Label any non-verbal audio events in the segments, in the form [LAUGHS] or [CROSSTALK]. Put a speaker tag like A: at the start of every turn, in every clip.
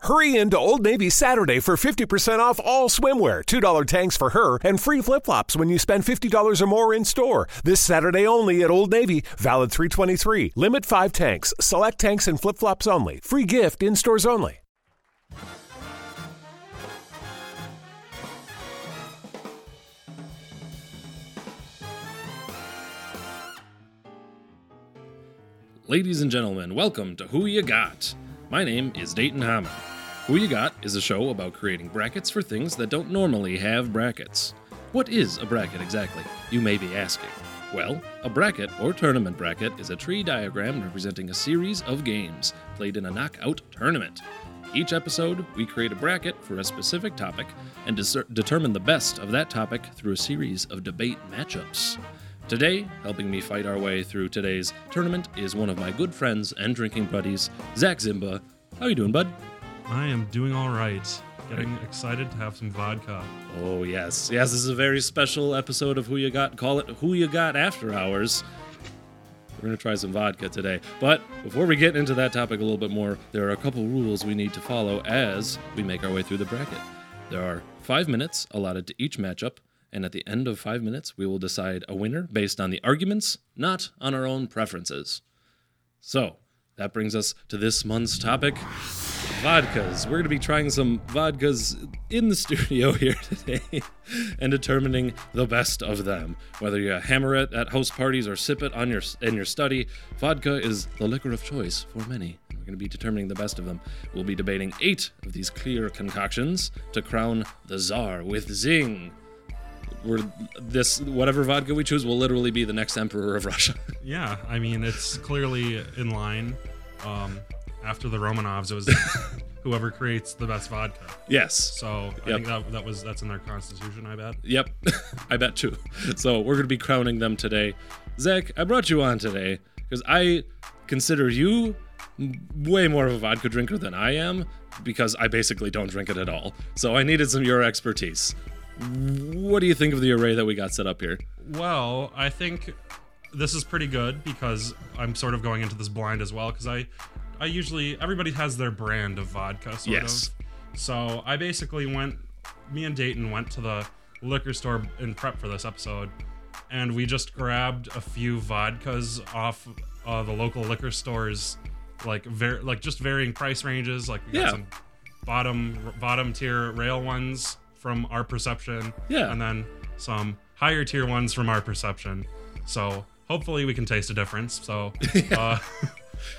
A: Hurry into Old Navy Saturday for 50% off all swimwear, $2 tanks for her, and free flip flops when you spend $50 or more in store. This Saturday only at Old Navy, valid 323. Limit 5 tanks, select tanks and flip flops only. Free gift in stores only.
B: Ladies and gentlemen, welcome to Who You Got. My name is Dayton Hammond. Who You Got is a show about creating brackets for things that don't normally have brackets. What is a bracket exactly, you may be asking? Well, a bracket or tournament bracket is a tree diagram representing a series of games played in a knockout tournament. Each episode, we create a bracket for a specific topic and deser- determine the best of that topic through a series of debate matchups. Today, helping me fight our way through today's tournament is one of my good friends and drinking buddies, Zach Zimba. How you doing, bud?
C: I am doing all right. Getting excited to have some vodka.
B: Oh yes, yes. This is a very special episode of Who You Got. Call it Who You Got After Hours. We're gonna try some vodka today. But before we get into that topic a little bit more, there are a couple rules we need to follow as we make our way through the bracket. There are five minutes allotted to each matchup, and at the end of five minutes, we will decide a winner based on the arguments, not on our own preferences. So that brings us to this month's topic vodkas. We're going to be trying some vodkas in the [LAUGHS] studio here today and determining the best of them. Whether you hammer it at house parties or sip it on your in your study, vodka is the liquor of choice for many. We're going to be determining the best of them. We'll be debating 8 of these clear concoctions to crown the czar with zing. We're this whatever vodka we choose will literally be the next emperor of [LAUGHS] Russia.
C: Yeah, I mean it's clearly in line. Um, after the Romanovs, it was whoever creates the best vodka.
B: yes.
C: So I
B: Yep.
C: think that, that was that's in their constitution. I bet.
B: Yep, [LAUGHS] I bet too. So we're gonna be crowning them today. Zach, I brought you on today because I consider you m- way more of a vodka drinker than I am because I basically don't drink it at all. So I needed some of your expertise. What do you think of the array that we got set up here?
C: Well, I think this is pretty good because I'm sort of going into this blind as well because I, I usually everybody has their brand of vodka. Sort
B: Yes.
C: Of. So I basically went, me and Dayton went to the liquor store in prep for this episode, and we just grabbed a few vodkas off uh, the local liquor stores, like ver- like just varying price ranges. Like we got
B: Yeah.
C: some bottom bottom tier rail ones from our perception
B: Yeah.
C: and then some higher tier ones from our perception so hopefully we can taste a difference
B: [LAUGHS]
C: so uh,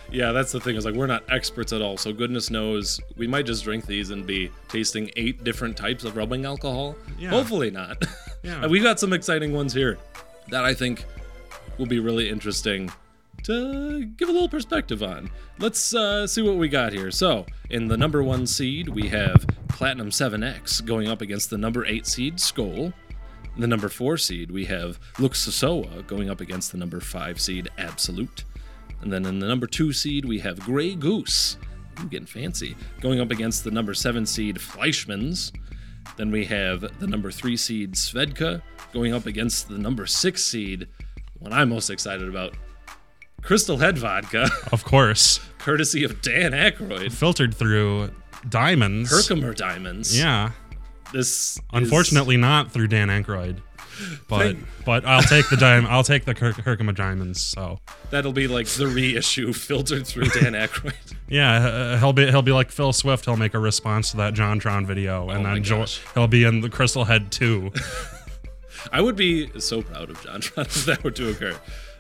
B: Yeah, that's the thing. Is like we're not experts at all, so goodness knows we might just drink these and be tasting eight different types of rubbing alcohol.
C: Yeah.
B: Hopefully not.
C: Yeah.
B: And we got some exciting ones here that I think will be really interesting to give a little perspective on. Let's uh, see what we got here. So, in the number one seed, we have Platinum 7X going up against the number eight seed Skull. In the number four seed, we have Luxosoa going up against the number five seed Absolute. And then in the number two seed, we have Grey Goose. Ooh, getting fancy. Going up against the number seven seed Fleischmann's. Then we have the number three seed Svedka going up against the number six seed, the one I'm most excited about, Crystal Head Vodka, [LAUGHS]
C: of course
B: courtesy of Dan Aykroyd,
C: filtered through diamonds
B: Herkimer Diamonds.
C: yeah
B: This is-
C: unfortunately not through dan Aykroyd. but
B: Thank-
C: but i'll take the dime i'll take the Kirk- herkimer diamonds so
B: that'll be like the reissue filtered through Dan Aykroyd.
C: yeah uh, he'll be he'll be like phil swift he'll make a response to that john tron video and
B: Oh my
C: then jo-
B: gosh.
C: he'll be in the crystal
B: [LAUGHS]
C: head 2
B: I would be so proud of [LAUGHS] JonTron if that were to occur.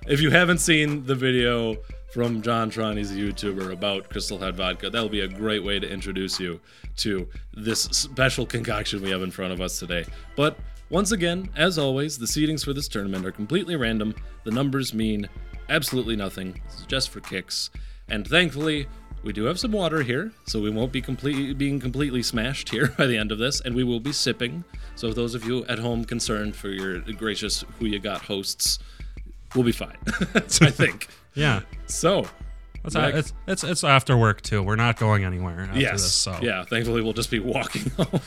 B: If you haven't seen the video from JonTron, he's a YouTuber about Crystal Head Vodka. That'll be a great way to introduce you to this special concoction we have in front of us today. But once again, as always, the seedings for this tournament are completely random. The numbers mean absolutely nothing. This is just for kicks. And thankfully, we do have some water here, so we won't be complete, being completely smashed here [LAUGHS] by the end of this, and we will be sipping. So those of you at home concerned for your gracious who you got hosts, we'll be fine. [LAUGHS] I think.
C: yeah
B: So
C: It's,
B: Like-
C: it's it's it's after work too. We're not going anywhere after
B: yes,
C: this. So
B: yeah. Thankfully, we'll just be walking [LAUGHS] home.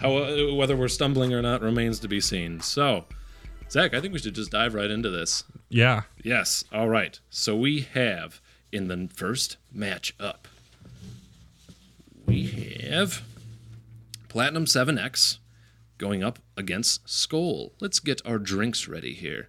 B: How uh, whether we're stumbling or not remains to be seen. So, Zach, I think we should just dive right into this.
C: yeah.
B: Yes. All right. So we have in the first match up, we have Platinum 7X going up against Skoll. Let's get our drinks ready here.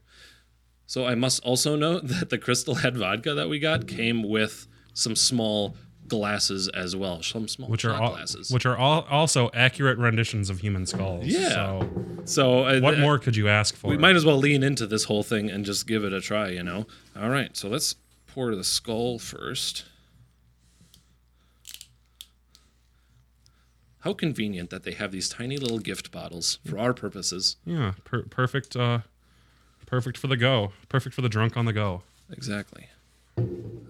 B: So I must also note [LAUGHS] that the Crystal Head vodka that we got came with some small glasses as well, some small
C: which are
B: shot
C: all,
B: glasses.
C: which are all also accurate renditions of human skulls.
B: Yeah.
C: So
B: so uh, I-
C: what
B: I-
C: more could you ask for?
B: We might as well lean into this whole thing and just give it a try, you know? All right, so let's pour the skull first. How convenient that they have these tiny little gift bottles for our purposes.
C: yeah, per- perfect. Uh, perfect for the go. Perfect for the drunk on the go.
B: Exactly.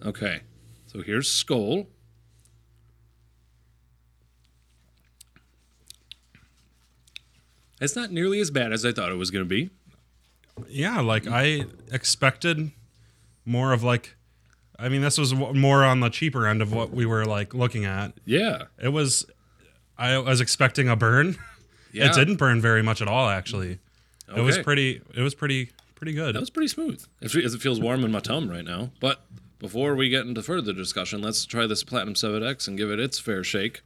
B: Okay, so here's skull. It's not nearly as bad as I thought it was going to be.
C: Yeah, like I expected more of like. I mean, this was w- more on the cheaper end of what we were like looking at.
B: Yeah.
C: It was. I was expecting a burn. [LAUGHS]
B: yeah.
C: It didn't burn very much at all, actually. It was
B: Okay.
C: pretty. It was pretty pretty good.
B: That was pretty smooth. It fe- It feels warm in my tum right now. But before we get into further discussion, let's try this Platinum 7X and give it its fair shake.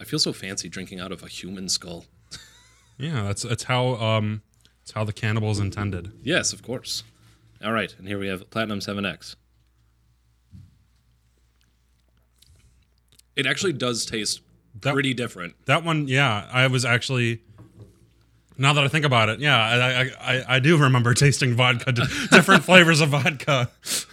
B: I feel so fancy drinking out of a human skull.
C: yeah, that's that's how um, it's how the cannibals intended.
B: Yes, of course. All right, and here we have Platinum 7X. It actually does taste
C: That-
B: pretty different.
C: That one, yeah, I was actually. Now that I think about it, yeah, I I, I, I do remember [LAUGHS] tasting vodka, di- different flavors of vodka.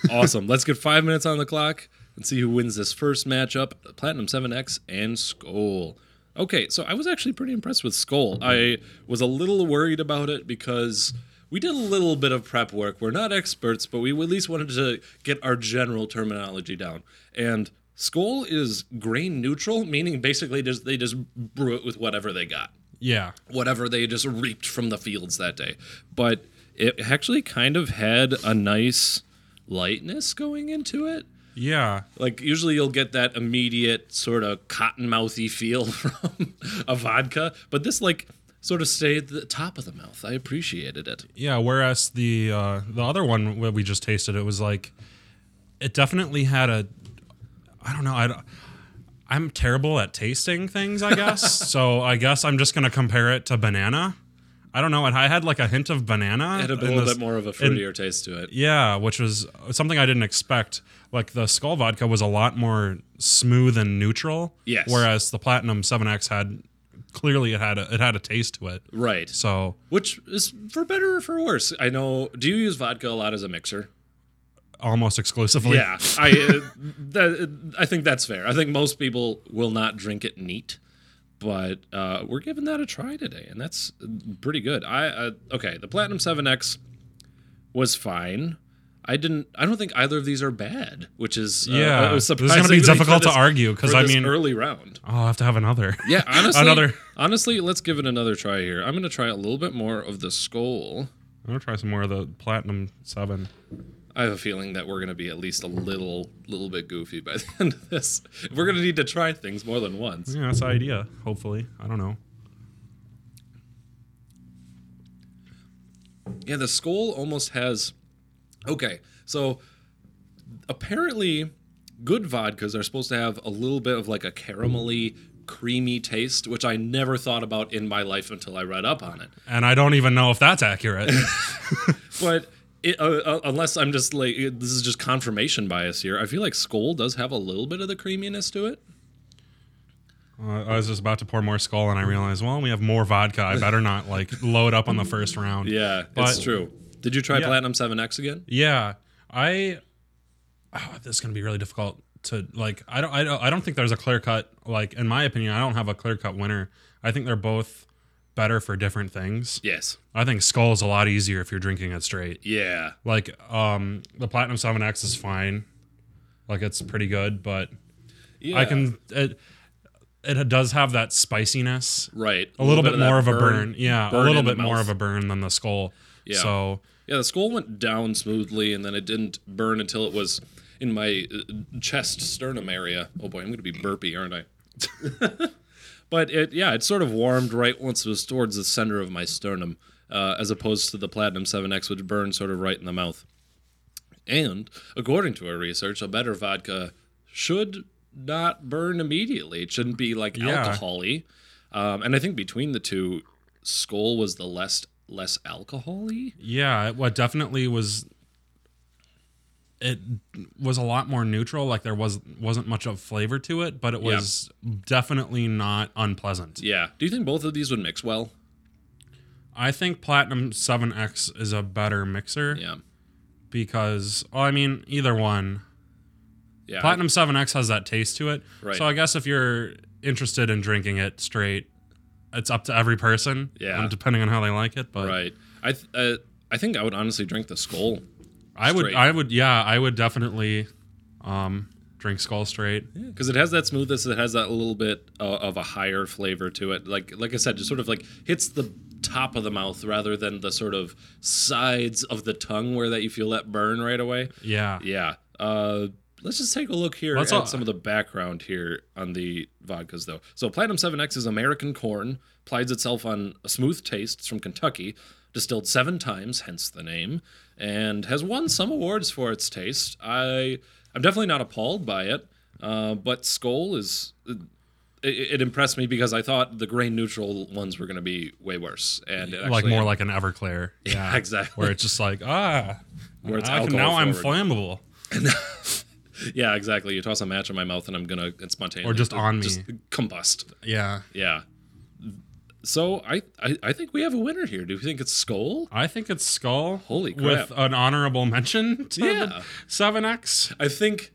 B: Awesome. Let's get five minutes on the clock and see who wins this first matchup Platinum 7X and Skull. Okay, so I was actually pretty impressed with Skull. I was a little worried about it because we did a little bit of prep work. We're not experts, but we at least wanted to get our general terminology down. And Skull is grain neutral, meaning basically just, they just brew it with whatever they got
C: Yeah,
B: whatever they just reaped from the fields that day. But it actually kind of had a nice lightness going into it.
C: yeah,
B: Like usually you'll get that immediate sort of cottonmouthy feel [LAUGHS] from a vodka, but this like sort of stayed at the top of the mouth. I appreciated it.
C: yeah. Whereas the uh, the other one that we just tasted, it was like, it definitely had a, I don't know, I don't- I'm terrible at tasting things, I guess.
B: [LAUGHS]
C: so I guess I'm just gonna compare it to banana. I don't know. It I had like a hint of banana.
B: It had a
C: in
B: little
C: this-
B: bit more of a
C: in-
B: fruitier taste to it.
C: Yeah, which was something I didn't expect. Like the Skull Vodka was a lot more smooth and neutral.
B: Yes.
C: Whereas the Platinum 7X had clearly it had a, it had a taste to it.
B: Right.
C: So
B: Which is for better or for worse. I know. Do you use vodka a lot as a mixer?
C: almost exclusively.
B: Yeah, I uh, that, I think that's fair. I think most people will not drink it neat, but uh, we're giving that a try today, and that's pretty good. I uh, okay, the Platinum Seven X was fine. I didn't. I don't think either of these are bad, which is uh,
C: Yeah,
B: it was
C: this is gonna be
B: surprisingly
C: difficult
B: for
C: to argue, 'cause
B: for
C: I
B: this
C: mean-
B: early round.
C: Oh, I'll have to have another.
B: Yeah, honestly,
C: Another-
B: honestly, let's give it another try here. I'm gonna try a little bit more of the skull.
C: I'm gonna try some more of the Platinum 7.
B: I have a feeling that we're going to be at least a little, little bit goofy by [LAUGHS] the end of this. We're going to need to try things more than once.
C: Yeah, that's the idea. Hopefully, I don't know.
B: Yeah, the skull almost has. Okay, so apparently, good vodkas are supposed to have a little bit of like a caramelly, creamy taste, which I never thought about in my life until I read up on it.
C: And I don't even know if that's accurate.
B: But. It, uh, uh, unless I'm just like it- this is just confirmation bias here. I feel like Skull does have a little bit of the creaminess to it.
C: Uh, I was just about to pour more skull, and I realized, well, we have more vodka. I better not like load up on the first round.
B: Yeah, it's
C: But-
B: true. Did you try
C: Yeah.
B: Platinum Seven X again?
C: Yeah, I. Oh, this is gonna be really difficult to like. I don't. I don't. I don't think there's a clear cut. Like in my opinion, I don't have a clear cut winner. I think they're both better for different things.
B: Yes.
C: I think skull is a lot easier if you're drinking it straight.
B: Yeah.
C: Like um, the platinum seven X is fine. Like it's pretty good, but
B: yeah.
C: I can. It, it does have that spiciness.
B: right
C: A little, bit, more of
B: that
C: a burn. Yeah,
B: burn
C: a little
B: in the
C: bit more
B: mouth.
C: of a burn than the skull.
B: Yeah.
C: So
B: Yeah, the skull went down smoothly, and then it didn't burn until it was in my uh, chest sternum area. Oh boy, I'm gonna be burpy, aren't I? [LAUGHS] but it, yeah, it sort of warmed right once it was towards the center of my sternum, uh, as opposed to the platinum 7x, which burned sort of right in the mouth. And according to our research, a better vodka should not burn immediately. It shouldn't be like
C: Yeah.
B: alcoholy. Um, and I think between the two, Skull was the less less alcoholy.
C: Yeah, it- what definitely was it was a lot more neutral, like there was wasn't much of flavor to it, but it
B: Yeah.
C: was definitely not unpleasant.
B: Yeah. Do you think both of these would mix well?
C: I think Platinum 7X is a better mixer
B: Yeah.
C: because oh, I mean either one.
B: Yeah.
C: Platinum 7X has that taste to it.
B: Right.
C: So I guess if you're interested in drinking it straight, it's up to every person.
B: Yeah.
C: um, depending on how they like it, but
B: Right. I th- uh, I think I would honestly drink the Skull.
C: I would
B: Straight.
C: I would yeah, I would definitely um drink skull straight.
B: because it has that smoothness it has that little bit uh, of a higher flavor to it like like i said just sort of like hits the top of the mouth rather than the sort of sides of the tongue where that you feel that burn right away
C: Yeah.
B: yeah uh Let's just take a look here
C: Let's
B: at
C: all-
B: some of the background here on the vodkas, though. So, Platinum 7X is American corn, prides itself on a smooth taste. It's from Kentucky, distilled seven times, hence the name, and has won some awards for its taste. I, I'm definitely not appalled by it, uh, but Skoll is. It, it impressed me because I thought the grain neutral ones were going to be way worse, and it
C: like
B: actually-
C: more like
B: [LAUGHS]
C: an Everclear. Yeah,
B: exactly.
C: Where it's just like ah,
B: Where it's
C: I can- now
B: alcohol
C: I'm
B: forward.
C: flammable.
B: yeah, exactly. You toss a match in my mouth, and I'm gonna it's spontaneously
C: just on me.
B: combust.
C: Yeah,
B: Yeah. So I, I I think we have a winner here. Do you think it's Skull?
C: I think it's skull.
B: Holy
C: With
B: crap.
C: an honorable mention
B: Yeah.
C: to seven X.
B: I think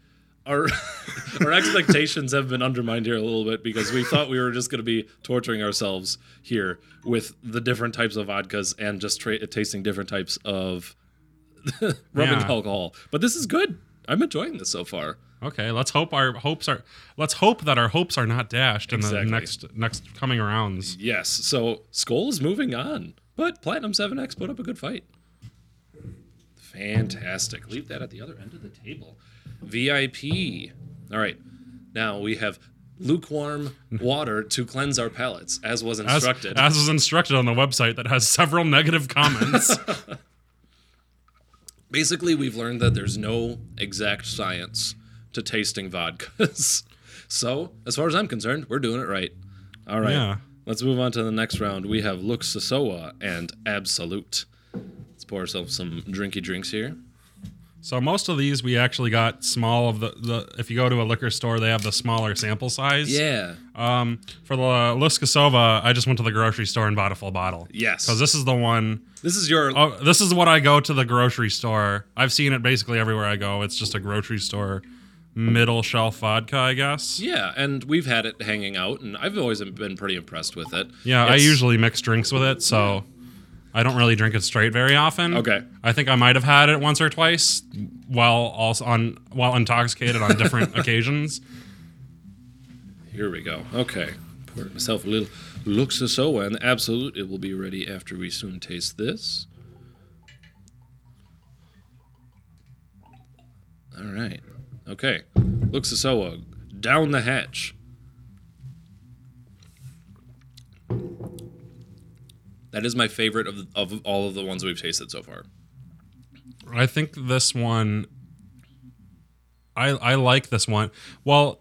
B: our [LAUGHS] our expectations have been undermined here a little bit because we thought we were just going to be torturing ourselves here with the different types of vodkas and just tra- tasting different types of [LAUGHS] rum and
C: Yeah.
B: alcohol. But this is good. I'm enjoying this so far.
C: Okay, let's hope our hopes are. Let's hope that our hopes are not dashed in
B: Exactly.
C: the next next coming rounds.
B: Yes. So Skull is moving on, but Platinum 7X put up a good fight. Fantastic. Leave that at the other end of the table. VIP. All right. Now we have lukewarm water to cleanse our palates, as was
C: As,
B: instructed.
C: as is instructed on the website that has several [LAUGHS]
B: [LAUGHS]
C: negative comments.
B: Basically, we've learned that there's no exact science to tasting vodkas. [LAUGHS] so, as far as I'm concerned, we're doing it right. All right.
C: Yeah.
B: Let's move on to the next round. We have Luke Sosoa and Absolute. Let's pour ourselves some drinky drinks here.
C: so most of these we actually got small of the, the if you go to a liquor store they have the smaller sample size.
B: Yeah.
C: Um, for the Luskasova, I just went to the grocery store and bought a full bottle.
B: Yes.
C: Because this is the one.
B: This is your
C: Oh, this is what I go to the grocery store. I've seen it basically everywhere I go. It's just a grocery store middle shelf vodka, I guess.
B: yeah, and we've had it hanging out, and I've always been pretty impressed with it.
C: Yeah, I
B: It's-
C: usually mix drinks with it, so I don't really drink it straight very often.
B: Okay.
C: I think I might have had it once or twice while also on while intoxicated
B: [LAUGHS]
C: on different occasions.
B: Here we go. Okay, poured myself a little Luxosoa, and Absolute. It will be ready after we soon taste this. All right. Okay, Luxosoa, down the hatch. That is my favorite of, of all of the ones we've tasted so far.
C: I think this one. I I like this one. Well,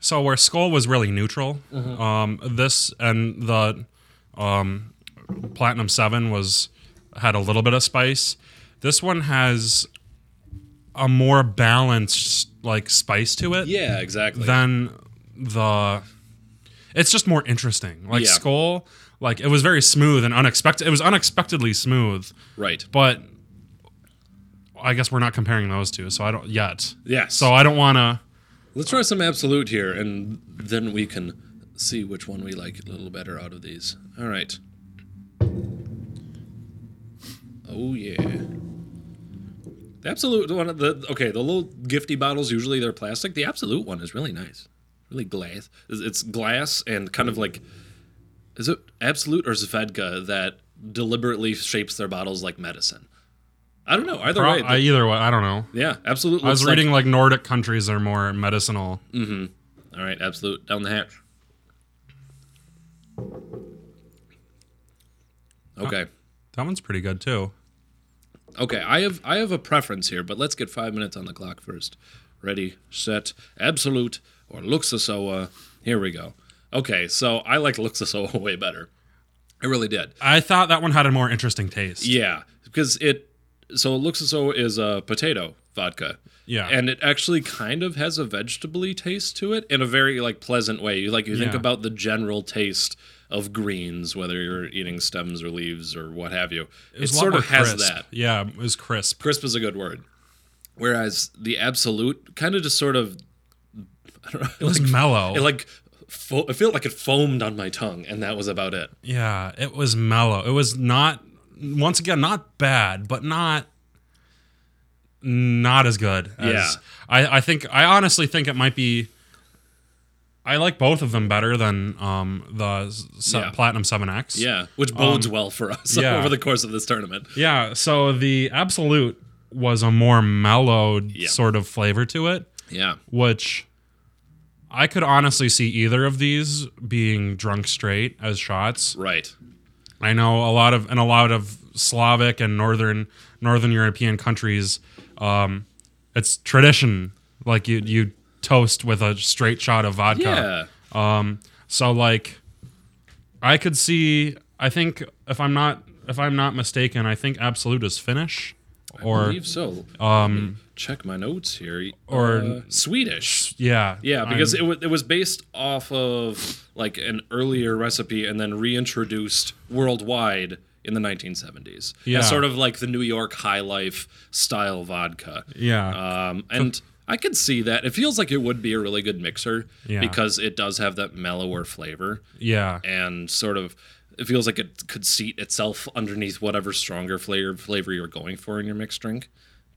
C: so where Skull was really neutral,
B: Mm-hmm.
C: um, this and the um, Platinum Seven was had a little bit of spice. This one has a more balanced like spice to it
B: Yeah, exactly.
C: than the. It's just more interesting. Like
B: Yeah.
C: Skull, like it was very smooth and unexpected. It was unexpectedly smooth
B: right.
C: but I guess we're not comparing those two, so I don't yet.
B: Yes.
C: So I don't want to.
B: Let's try some absolute here, and then we can see which one we like a little better out of these. All right. Oh yeah. The absolute one of the okay, the little gifty bottles usually they're plastic. The absolute one is really nice, really glass. It's- It's glass and kind of like, is it absolute or Zvedka that deliberately shapes their bottles like medicine? I don't know. Either way,
C: I, either way, I don't know.
B: yeah, absolute.
C: I was
B: looks like-
C: reading like Nordic countries are more medicinal.
B: All right, absolute down the hatch. Okay.
C: That one's pretty good too.
B: Okay, I have I have a preference here, but let's get 5 minutes on the clock first. Ready, set, absolute or Luxasoa. Here we go. Okay, so I liked Luxasoa [LAUGHS] way better. I really did.
C: I thought that one had a more interesting taste.
B: Yeah, because it so it looks as though is a potato vodka.
C: Yeah.
B: And it actually kind of has a vegetably taste to it in a very like pleasant way. You like you think
C: Yeah.
B: about the general taste of greens, whether you're eating stems or leaves or what have you. It,
C: was a lot
B: sort
C: more
B: of has
C: crisp.
B: that.
C: Yeah, it was crisp.
B: Crisp is a good word. Whereas the absolute kind of just sort of I don't know,
C: It was mellow.
B: it like fo- it felt like it foamed on my tongue, and that was about it.
C: yeah, it was mellow. It was not once again not bad, but not not as good. As,
B: Yeah.
C: I I think I honestly think it might be. I like both of them better than um the se-
B: Yeah.
C: Platinum Seven X.
B: Yeah, which bodes well for us [LAUGHS]
C: um, yeah.
B: over the course of this tournament.
C: Yeah, so the Absolute was a more mellowed
B: Yeah.
C: sort of flavor to it,
B: Yeah.
C: which I could honestly see either of these being drunk straight as shots.
B: Right.
C: I know a lot of and a lot of Slavic and northern northern European countries, um, it's tradition like you you toast with a straight shot of vodka.
B: Yeah.
C: So like I could see I think if I'm not if I'm not mistaken, I think absolute is Finnish
B: I
C: or
B: believe so. Um, check my notes here.
C: or-
B: Uh, Swedish.
C: yeah.
B: Yeah, because
C: I'm-
B: it, wa it was based off of like an earlier recipe and then reintroduced worldwide in the 1970s.
C: Yeah.
B: As sort of like the New York high life style vodka.
C: yeah.
B: Um, and I could see that. It feels like it would be a really good mixer
C: Yeah.
B: because it does have that mellower flavor
C: yeah.
B: and sort of it feels like it could seat itself underneath whatever stronger flavor flavor you're going for in your mixed drink.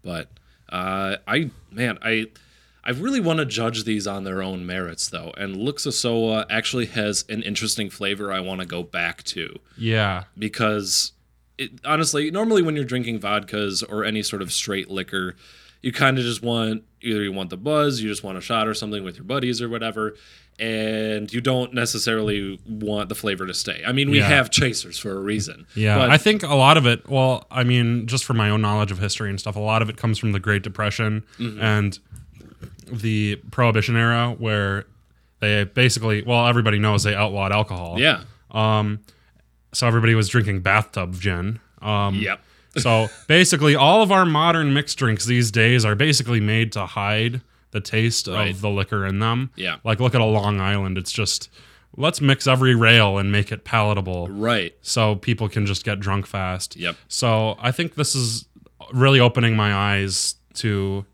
B: But uh, I man, I I really want to judge these on their own merits though. And Luxasoa actually has an interesting flavor I want to go back to
C: Yeah.
B: because it, honestly, normally when you're drinking vodkas or any sort of straight liquor, you kind of just want either you want the buzz, you just want a shot or something with your buddies or whatever, and you don't necessarily want the flavor to stay. I mean, we
C: Yeah.
B: have chasers for a reason.
C: Yeah,
B: but
C: I think a lot of it. Well, I mean, just from my own knowledge of history and stuff, a lot of it comes from the Great Depression
B: Mm-hmm.
C: and the Prohibition era, where they basically, well, everybody knows they outlawed alcohol.
B: yeah,
C: So everybody was drinking bathtub gin. Um,
B: yep,
C: [LAUGHS] so basically, all of our modern mixed drinks these days are basically made to hide the taste
B: Right.
C: of the liquor in them.
B: Yeah.
C: Like, look at a Long Island. It's just let's mix every rail and make it palatable
B: right,
C: so people can just get drunk fast.
B: Yep.
C: So I think this is really opening my eyes to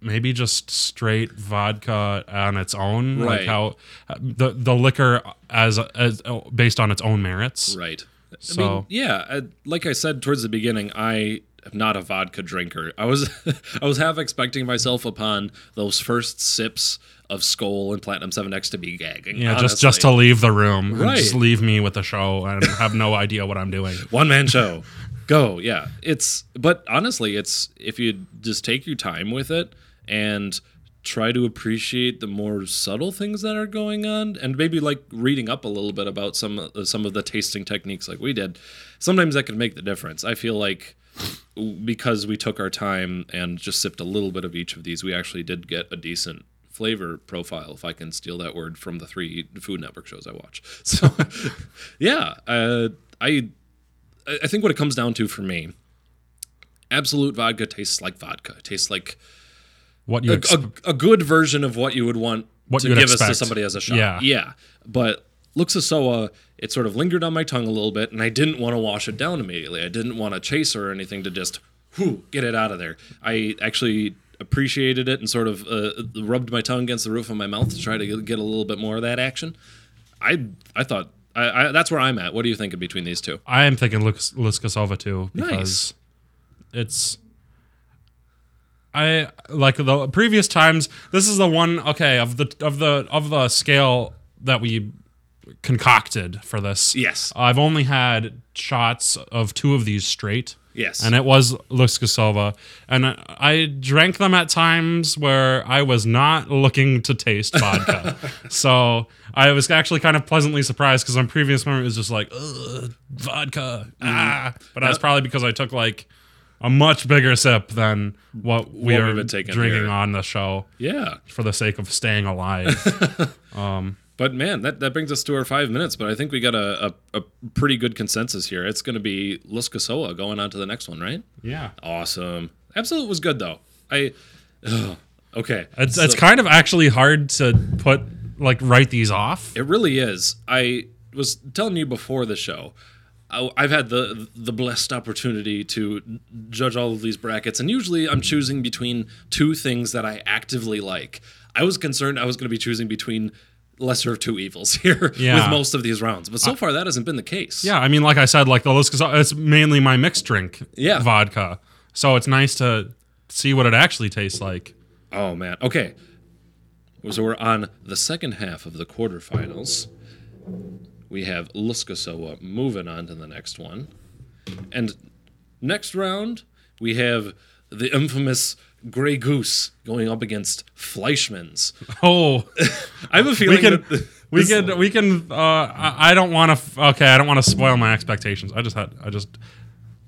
C: maybe just straight vodka on its own,
B: Right.
C: like how the the liquor as as based on its own merits.
B: right. I mean,
C: So-
B: yeah, I, like I said towards the beginning, I am not a vodka drinker. I was [LAUGHS] I was half expecting myself upon those first sips of Skoll and Platinum 7X to be gagging.
C: Yeah, just
B: honestly.
C: just to leave the room, and
B: Right.
C: just leave me with the show and have no [LAUGHS] idea what I'm doing.
B: one man show go yeah it's but honestly it's if you just take your time with it and try to appreciate the more subtle things that are going on and maybe like reading up a little bit about some uh, some of the tasting techniques like we did sometimes that can make the difference i feel like because we took our time and just sipped a little bit of each of these we actually did get a decent flavor profile if i can steal that word from the three food network shows i watch [LAUGHS] so yeah uh, i I I think what it comes down to for me, absolute vodka tastes like vodka. It tastes like
C: What you ex-
B: a, a good version of what you would want
C: What
B: to
C: you'd
B: give us to
C: expect.
B: somebody as a shot.
C: Yeah.
B: Yeah. But Luxasoa, uh, it sort of lingered on my tongue a little bit, and I didn't want to wash it down immediately. I didn't want to chase her or anything to just whew, get it out of there. I actually appreciated it and sort of uh, rubbed my tongue against the roof of my mouth to try to get a little bit more of that action. I I thought I, I, that's where I'm at. What do you think of between these two?
C: I am thinking Lucas Casova too because it's I like the previous times. This is the one okay of the of the of the scale that we concocted for this.
B: Yes.
C: I've only had shots of two of these straight.
B: Yes.
C: And it was Lux Casova. And I- I drank them at times where I was not looking to taste
B: [LAUGHS]
C: vodka. so I was actually kind of pleasantly surprised because on
B: Mm.
C: previous moment it was just like, Ugh, vodka. Ah. But that's probably because I took like a much bigger sip than what we
B: What we've
C: are
B: been taking
C: drinking
B: here.
C: on the show
B: Yeah.
C: for the sake of
B: [LAUGHS]
C: staying alive. um,
B: But man, that, that brings us to our five minutes. But I think we got a, a, a pretty good consensus here. It's going to be Los Casoa going on to the next one, right?
C: yeah.
B: Awesome. Absolute was good though. I ugh. okay.
C: It's,
B: So-
C: it's kind of actually hard to put, like, write these off.
B: It really is. I was telling you before the show. I- I've had the the blessed opportunity to judge all of these brackets, and usually I'm choosing between two things that I actively like. I was concerned I was going to be choosing between lesser of two evils [LAUGHS] here
C: Yeah.
B: with most of these rounds, but so far that hasn't been the case.
C: Yeah, I mean, like I said, like the Los Casados, it's mainly my mixed drink
B: Yeah.
C: vodka. So it's nice to see what it actually tastes
B: [LAUGHS]
C: like.
B: Oh man. Okay. So we're on the second half of the quarterfinals. We have Luskasoa moving on to the next one. And next round, we have the infamous Grey Goose going up against Fleischmann's.
C: Oh,
B: I have a feeling
C: we can,
B: that th-
C: we
B: [LAUGHS] this-
C: can, we can. Uh, I, I don't want to. F- okay, I don't want to spoil my expectations. I just had. I just.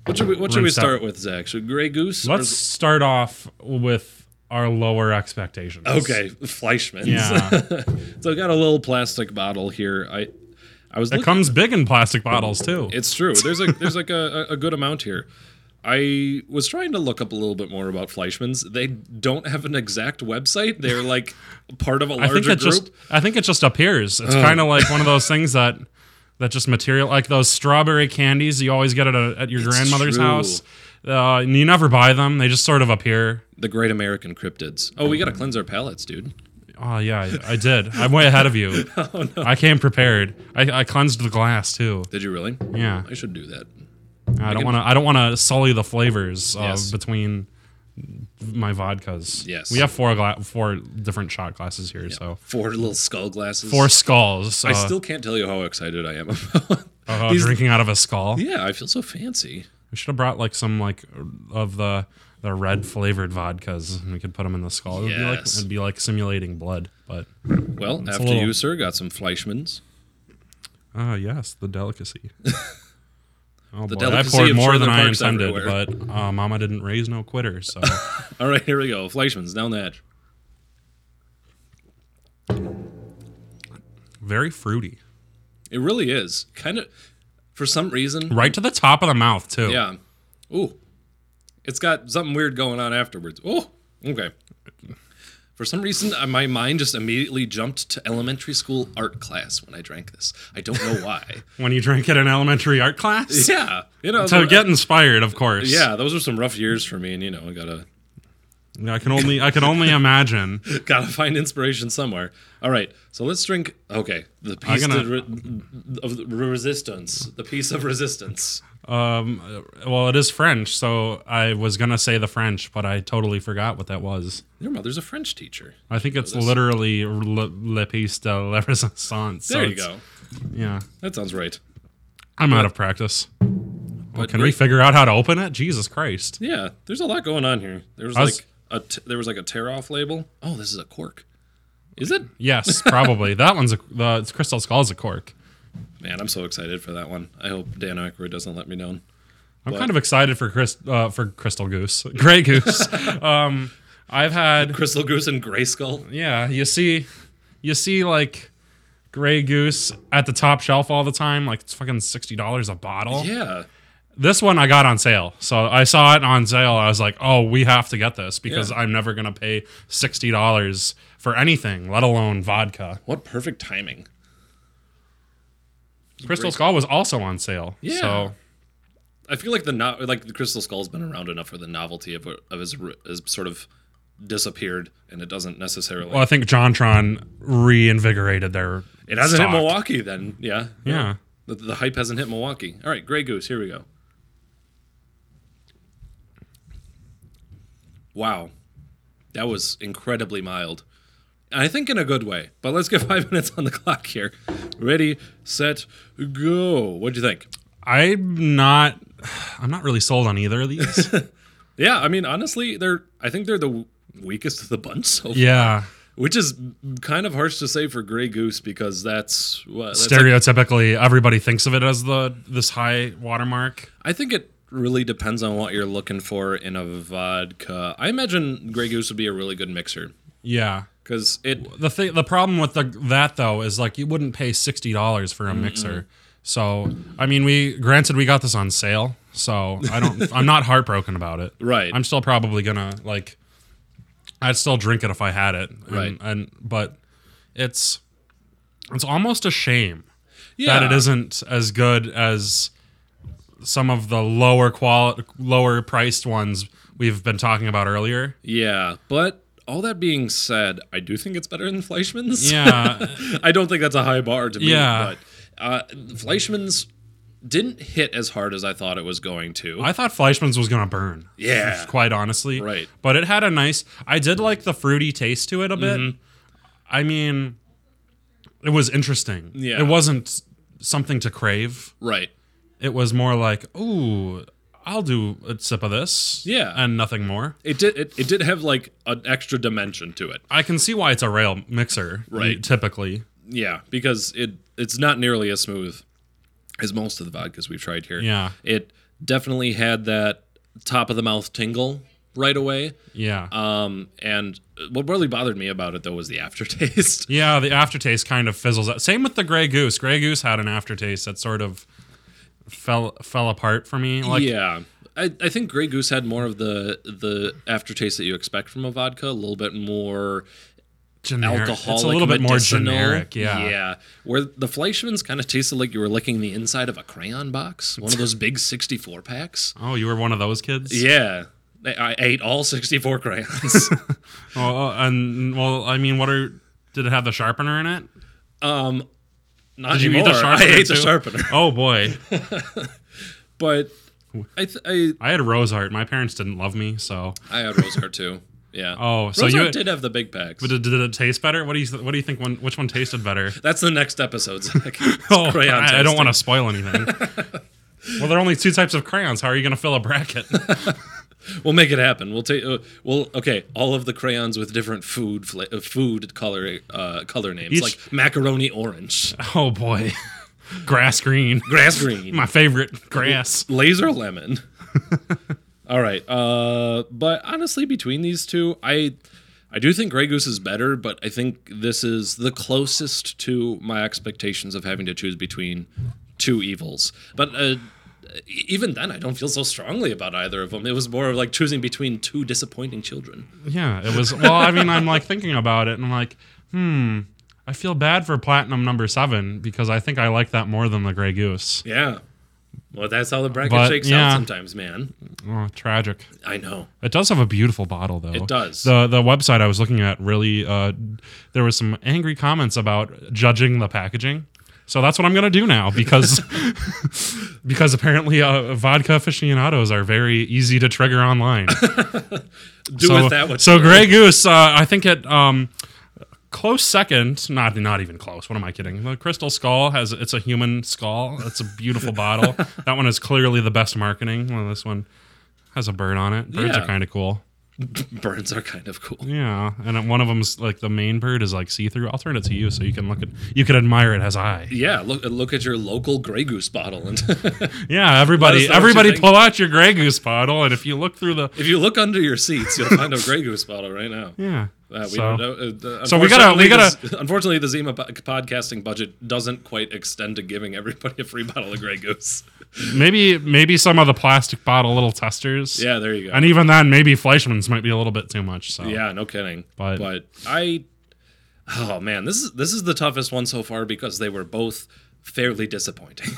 B: What should we, what should we
C: rinse out.
B: start with, Zach? Should Grey Goose? or-
C: Let's start off with our lower expectations.
B: okay, Fleischmann's.
C: Yeah,
B: [LAUGHS] so I got a little plastic bottle here. I I was
C: it
B: looking-
C: comes big in plastic bottles too.
B: It's true. There's a
C: [LAUGHS]
B: there's like a, a a good amount here. I was trying to look up a little bit more about Fleischmann's. They don't have an exact website. They're like part of a
C: [LAUGHS] I think
B: larger
C: it
B: group. Oh.
C: just. I think it just appears. It's kind of like one
B: [LAUGHS]
C: of those things that. That just material like those strawberry candies you always get at, a, at your grandmother's
B: true.
C: house. Uh, and you never buy them; they just sort of appear.
B: the Great American Cryptids. Oh, we gotta cleanse our palates, dude.
C: Oh yeah, I, I did. I'm way ahead of you.
B: [LAUGHS] Oh,
C: I came prepared. I, I cleansed the glass too.
B: Did you really?
C: Yeah,
B: I should do that.
C: I don't want to. I don't want to sully the flavors uh,
B: Yes.
C: between my vodkas.
B: Yes.
C: we have four gla- four different shot glasses here, so
B: Four little skull glasses.
C: four skulls.
B: I
C: uh,
B: still can't tell you how excited I am [LAUGHS] about.
C: uh, drinking out of a skull.
B: yeah, I feel so fancy.
C: We should have brought like some like of the the red flavored vodkas, and we could put them in the skull. It would be like
B: Yes.
C: it'd be like simulating blood, but
B: Well, after
C: little-
B: you, sir, got some Fleischmann's.
C: ah yes,
B: [LAUGHS]
C: the delicacy. Oh, boy.
B: delicacy
C: I
B: of
C: poured more
B: Trailer
C: than I
B: Parks
C: intended,
B: everywhere.
C: but uh, Mama didn't raise no
B: [LAUGHS]
C: quitter, so
B: All right, here we go. Fleischmann's down that.
C: very fruity.
B: It really is kind of for some reason.
C: Right to the top of the mouth too.
B: Yeah. Ooh. It's got something weird going on afterwards. Oh, okay. For some reason, uh, my mind just immediately jumped to elementary school art class when I drank this. I don't know
C: [LAUGHS]
B: why.
C: when you drank it in elementary art [LAUGHS] class
B: yeah, you know.
C: to
B: th-
C: get inspired of course
B: yeah, those were some rough years for me, and you know, I gotta [LAUGHS]
C: i can only i can only imagine
B: gotta find inspiration somewhere. All right, so let's drink. Okay, the piece
C: gonna-
B: of, re- of the resistance, the piece of resistance.
C: um well it is french so i was gonna say the french but i totally forgot what that was
B: Your mother's a French teacher.
C: i think it's literally le, le piece de la [LAUGHS] resistance so
B: There you
C: it's-
B: go.
C: yeah
B: That sounds right.
C: i'm out of practice well,
B: But
C: can we
B: great-
C: figure out how to open it jesus christ
B: Yeah, there's a lot going on here. There was
C: I was-
B: like a t- there was like a tear off label. Oh, this is a cork. Is it? [LAUGHS]
C: yes probably that one's a the it's crystal skull is a cork
B: Man, I'm so excited for that one. I hope Dan Aykroyd doesn't let me down.
C: I'm kind of excited for Chris uh, for Crystal Goose, [LAUGHS]
B: [LAUGHS]
C: Gray Goose. um, I've had
B: Crystal Goose and Gray Skull.
C: yeah, you see, you see like Gray Goose at the top shelf all the time. Like it's fucking sixty dollars a bottle.
B: Yeah,
C: This one I got on sale, so I saw it on sale. I was like, oh, we have to get this because
B: Yeah.
C: I'm never gonna pay sixty dollars for anything, let alone vodka.
B: what perfect timing.
C: Crystal Skull was also on sale.
B: Yeah.
C: So
B: I feel like the no- like the Crystal Skull's been around enough for the novelty of of his ri- has sort of disappeared, and it doesn't necessarily.
C: well, I think JonTron reinvigorated their.
B: it hasn't
C: stock.
B: hit Milwaukee then. Yeah,
C: Yeah.
B: The, the hype hasn't hit Milwaukee. All right, Grey Goose, here we go. Wow. That was incredibly mild. And I think in a good way, but let's get [LAUGHS] five minutes on the clock here. Ready, set, go. What'd you think?
C: I'm not. I'm not really sold on either
B: [LAUGHS]
C: of these.
B: Yeah, I mean, honestly, they're. I think they're the weakest of the bunch, so
C: yeah,
B: which is kind of harsh to say for Grey Goose because that's what. That's like-
C: stereotypically, everybody thinks of it as the this high watermark.
B: I think it really depends on what you're looking for in a vodka. I imagine Grey Goose would be a really good mixer
C: Yeah.
B: because it
C: The thing, the problem with the, that though is like you wouldn't pay sixty dollars for a
B: Mm-hmm.
C: mixer. So I mean, we granted we got this on sale, so I don't. I'm
B: [LAUGHS]
C: not heartbroken about it.
B: Right.
C: I'm still probably gonna like. I'd still drink it if I had it. and-
B: Right.
C: And but it's it's almost a shame
B: yeah
C: that it isn't as good as some of the lower quality, lower priced ones we've been talking about earlier.
B: yeah. But all that being said, I do think it's better than Fleischmann's.
C: Yeah.
B: [LAUGHS] I don't think that's a high bar to me.
C: Yeah.
B: But uh, Fleischmann's didn't hit as hard as I thought it was going to.
C: I thought Fleischmann's was gonna burn.
B: Yeah.
C: [LAUGHS] quite honestly.
B: Right.
C: But it had a nice. I did like the fruity taste to it a bit.
B: Mm-hmm.
C: I mean, it was interesting.
B: Yeah.
C: It wasn't something to crave.
B: right.
C: It was more like, ooh, I'll do a sip of this.
B: Yeah.
C: And nothing more.
B: It did. It, it did have like an extra dimension to it.
C: I can see why it's a rail mixer.
B: Right.
C: Typically.
B: Yeah, because it it's not nearly as smooth as most of the vodkas we've tried here.
C: Yeah.
B: It definitely had that top of the mouth tingle right away.
C: Yeah.
B: Um, and what really bothered me about it though was the [LAUGHS] aftertaste.
C: yeah, the aftertaste kind of fizzles out. Same with the Grey Goose. Grey Goose had an aftertaste that sort of fell fell apart for me. Like
B: yeah. I, I think Grey Goose had more of the the aftertaste that you expect from a vodka, a little bit more
C: generic.
B: alcoholic,
C: It's a little bit more
B: medicinal.
C: generic. Yeah.
B: yeah. Where the Fleischmann's kind of tasted like you were licking the inside of a crayon box, one of those big sixty-four packs.
C: Oh, you were one of those kids.
B: Yeah. I I ate all 64
C: [LAUGHS]
B: crayons.
C: Oh, oh, and well, I mean, what are? Did it have the sharpener in it?
B: Not
C: Did you
B: anymore.
C: eat the sharpener?
B: I ate the
C: too?
B: sharpener. [LAUGHS]
C: Oh boy, [LAUGHS]
B: But I, th- I,
C: I had rose art. My parents didn't love me, so.
B: I had Rosehart too. Yeah.
C: Oh, so
B: Rosehart
C: you-
B: did have the big packs.
C: Did, did it taste better? What do you th- What do you think? One, which one
B: [LAUGHS]
C: tasted better?
B: That's the next episode, [LAUGHS] Zach.
C: [LAUGHS] Oh, I, I don't want to spoil
B: [LAUGHS]
C: anything. well, there are only two types of crayons. How are you going to fill
B: [LAUGHS]
C: a bracket?
B: to. We'll make it happen. We'll take. Uh, well, okay. All of the crayons with different food fla- uh, food color uh, color names,
C: Each-
B: like macaroni orange,
C: oh boy, [LAUGHS] grass green,
B: grass green,
C: my favorite grass.
B: laser lemon [LAUGHS] all right uh but honestly between these two i i do think gray goose is better but i think this is the closest to my expectations of having to choose between two evils but uh e- even then, I don't feel so strongly about either of them. It was more of like choosing between two disappointing children.
C: Yeah, it was. Well, I mean, I'm like thinking about it, and I'm like, hmm, I feel bad for platinum number seven because I think I like that more than the Grey Goose.
B: Yeah. Well, that's how the bracket
C: But,
B: shakes out
C: yeah.
B: sometimes, man.
C: Oh, tragic.
B: I know.
C: It does have a beautiful bottle, though. It
B: does.
C: The the website I was looking at really, uh, there was some angry comments about judging the packaging. So that's what I'm gonna do now because [LAUGHS] because apparently uh, vodka aficionados are very easy to trigger online.
B: Do
C: so,
B: with that what
C: So
B: you will.
C: Grey Goose, uh, I think it um, close second. Not not even close. What am I kidding? The Crystal Skull has it's a human skull. That's a
B: [LAUGHS]
C: beautiful bottle. That one is clearly the best marketing. Well, this one has a bird on it. Birds
B: Yeah.
C: are kind of cool.
B: Burns are kind of cool.
C: Yeah, and then one of them's like the main bird is like see through. I'll turn it to you so you can look at you can admire it as I.
B: Yeah, look look at your local Grey Goose bottle and [LAUGHS]
C: [LAUGHS] Yeah,
B: Let us know [LAUGHS]
C: everybody,
B: what you
C: everybody,
B: think.
C: pull out your Grey Goose bottle, and if you look through the
B: If you look under your seats, you'll find a Grey Goose bottle right now.
C: yeah.
B: Uh, we
C: so,
B: don't know. Uh,
C: so we gotta- we
B: unfortunately, this- Unfortunately, the Zima po- podcasting budget doesn't quite extend to giving everybody a free bottle of Grey Goose.
C: maybe maybe some of the plastic bottle little testers.
B: Yeah, there you go.
C: And even then, maybe Fleischmann's might be a little bit too much. So
B: yeah, no kidding.
C: But-
B: but I, oh man, this is this is the toughest one so far because they were both fairly disappointing.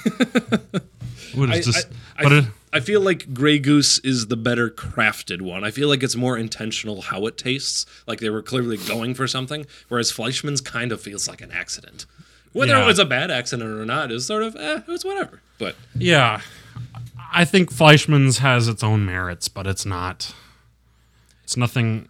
C: Ooh, it's
B: I-
C: just,
B: I,
C: but
B: I,
C: it,
B: I feel like Grey Goose is the better crafted one. I feel like it's more intentional how it tastes. Like they were clearly going for something, whereas Fleischmann's kind of feels like an accident. Whether
C: Yeah.
B: it was a bad accident or not is sort of eh, it was whatever. But
C: yeah, I think Fleischmann's has its own merits, but it's not. It's nothing.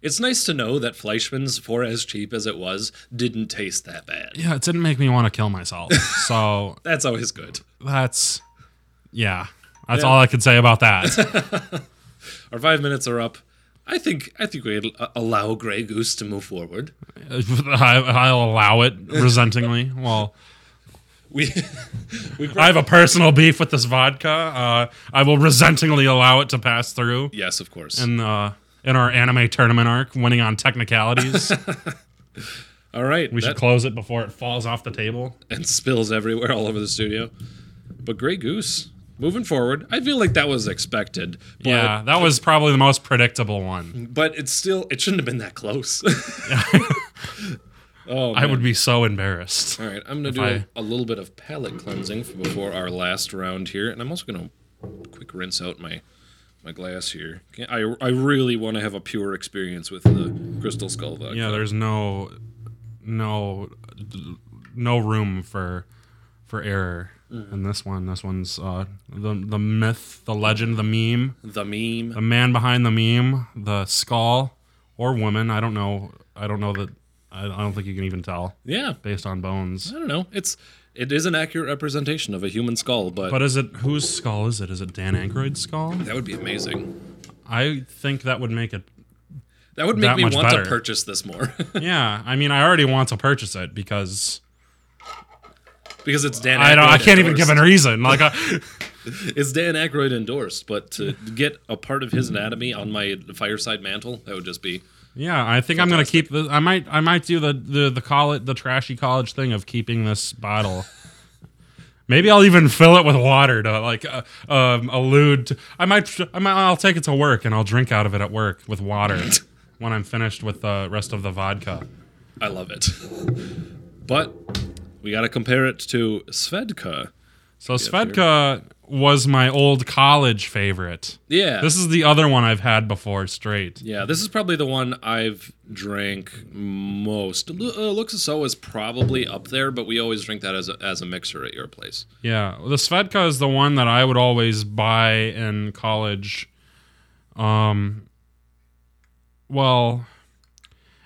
B: it's nice to know that Fleischmann's, for as cheap as it was, didn't taste that bad.
C: Yeah, it didn't make me want to
B: [LAUGHS]
C: kill myself. So
B: That's always good.
C: that's, yeah, that's all I could say about that. [LAUGHS]
B: Our five minutes are up. I think I think we allow Grey Goose to move forward.
C: I, I'll allow it resentingly. Well,
B: We [LAUGHS] we
C: I have a personal beef with this vodka. Uh, I will resentingly allow it to pass through
B: yes, of course.
C: in uh, in our anime tournament arc, winning on technicalities.
B: All right,
C: We
B: that-
C: should close it before it falls off the table.
B: and spills everywhere all over the studio. But Grey Goose, moving forward, I feel like that was expected. But,
C: yeah, that was probably the most predictable one.
B: but it's still it shouldn't have been that close. [LAUGHS] oh,
C: I would be so embarrassed.
B: All right, I'm gonna do
C: I-
B: a little bit of palate cleansing for before our last round here, and I'm also gonna quick rinse out my my glass here. Can't- I I really want to have a pure experience with the Crystal Skull vodka.
C: Yeah, there's no, no, no room for, for error in this one. This one's uh, the the myth, the legend, the meme,
B: The meme.
C: the man behind the meme, the skull or woman. I don't know. I don't know that. I, I don't think you can even tell
B: yeah,
C: based on bones.
B: I don't know. It's it is an accurate representation of a human skull, but,
C: But is it whose skull is it? Is it Dan Aykroyd's skull?
B: that would be amazing.
C: I think that would make it
B: That would make
C: That
B: me
C: much
B: want
C: better.
B: to purchase this more [LAUGHS]
C: Yeah, I mean, I already want to purchase it because
B: because it's Dan.
C: I don't. I
B: Aykroyd
C: can't even give
B: endorsed.
C: a reason. Like, I,
B: It's Dan Aykroyd endorsed, but to get a part of his anatomy on my fireside mantle, that would just be.
C: yeah, I think I'm gonna keep this. I might, I might do the the the call it the trashy college thing of keeping this bottle. Maybe I'll even fill it with water to like uh, um, allude. To, I might, I might, I'll take it to work and I'll drink out of it at work with water when I'm finished with the rest of the vodka.
B: I love it. [LAUGHS] But we got to compare it to Svedka.
C: So Svedka was my old college favorite.
B: Yeah.
C: This is the other one I've had before straight.
B: yeah, this is probably the one I've drank most. L- uh, Looks as though is probably up there, but we always drink that as a, as a mixer at your place.
C: Yeah, the Svedka is the one that I would always buy in college. Um, well,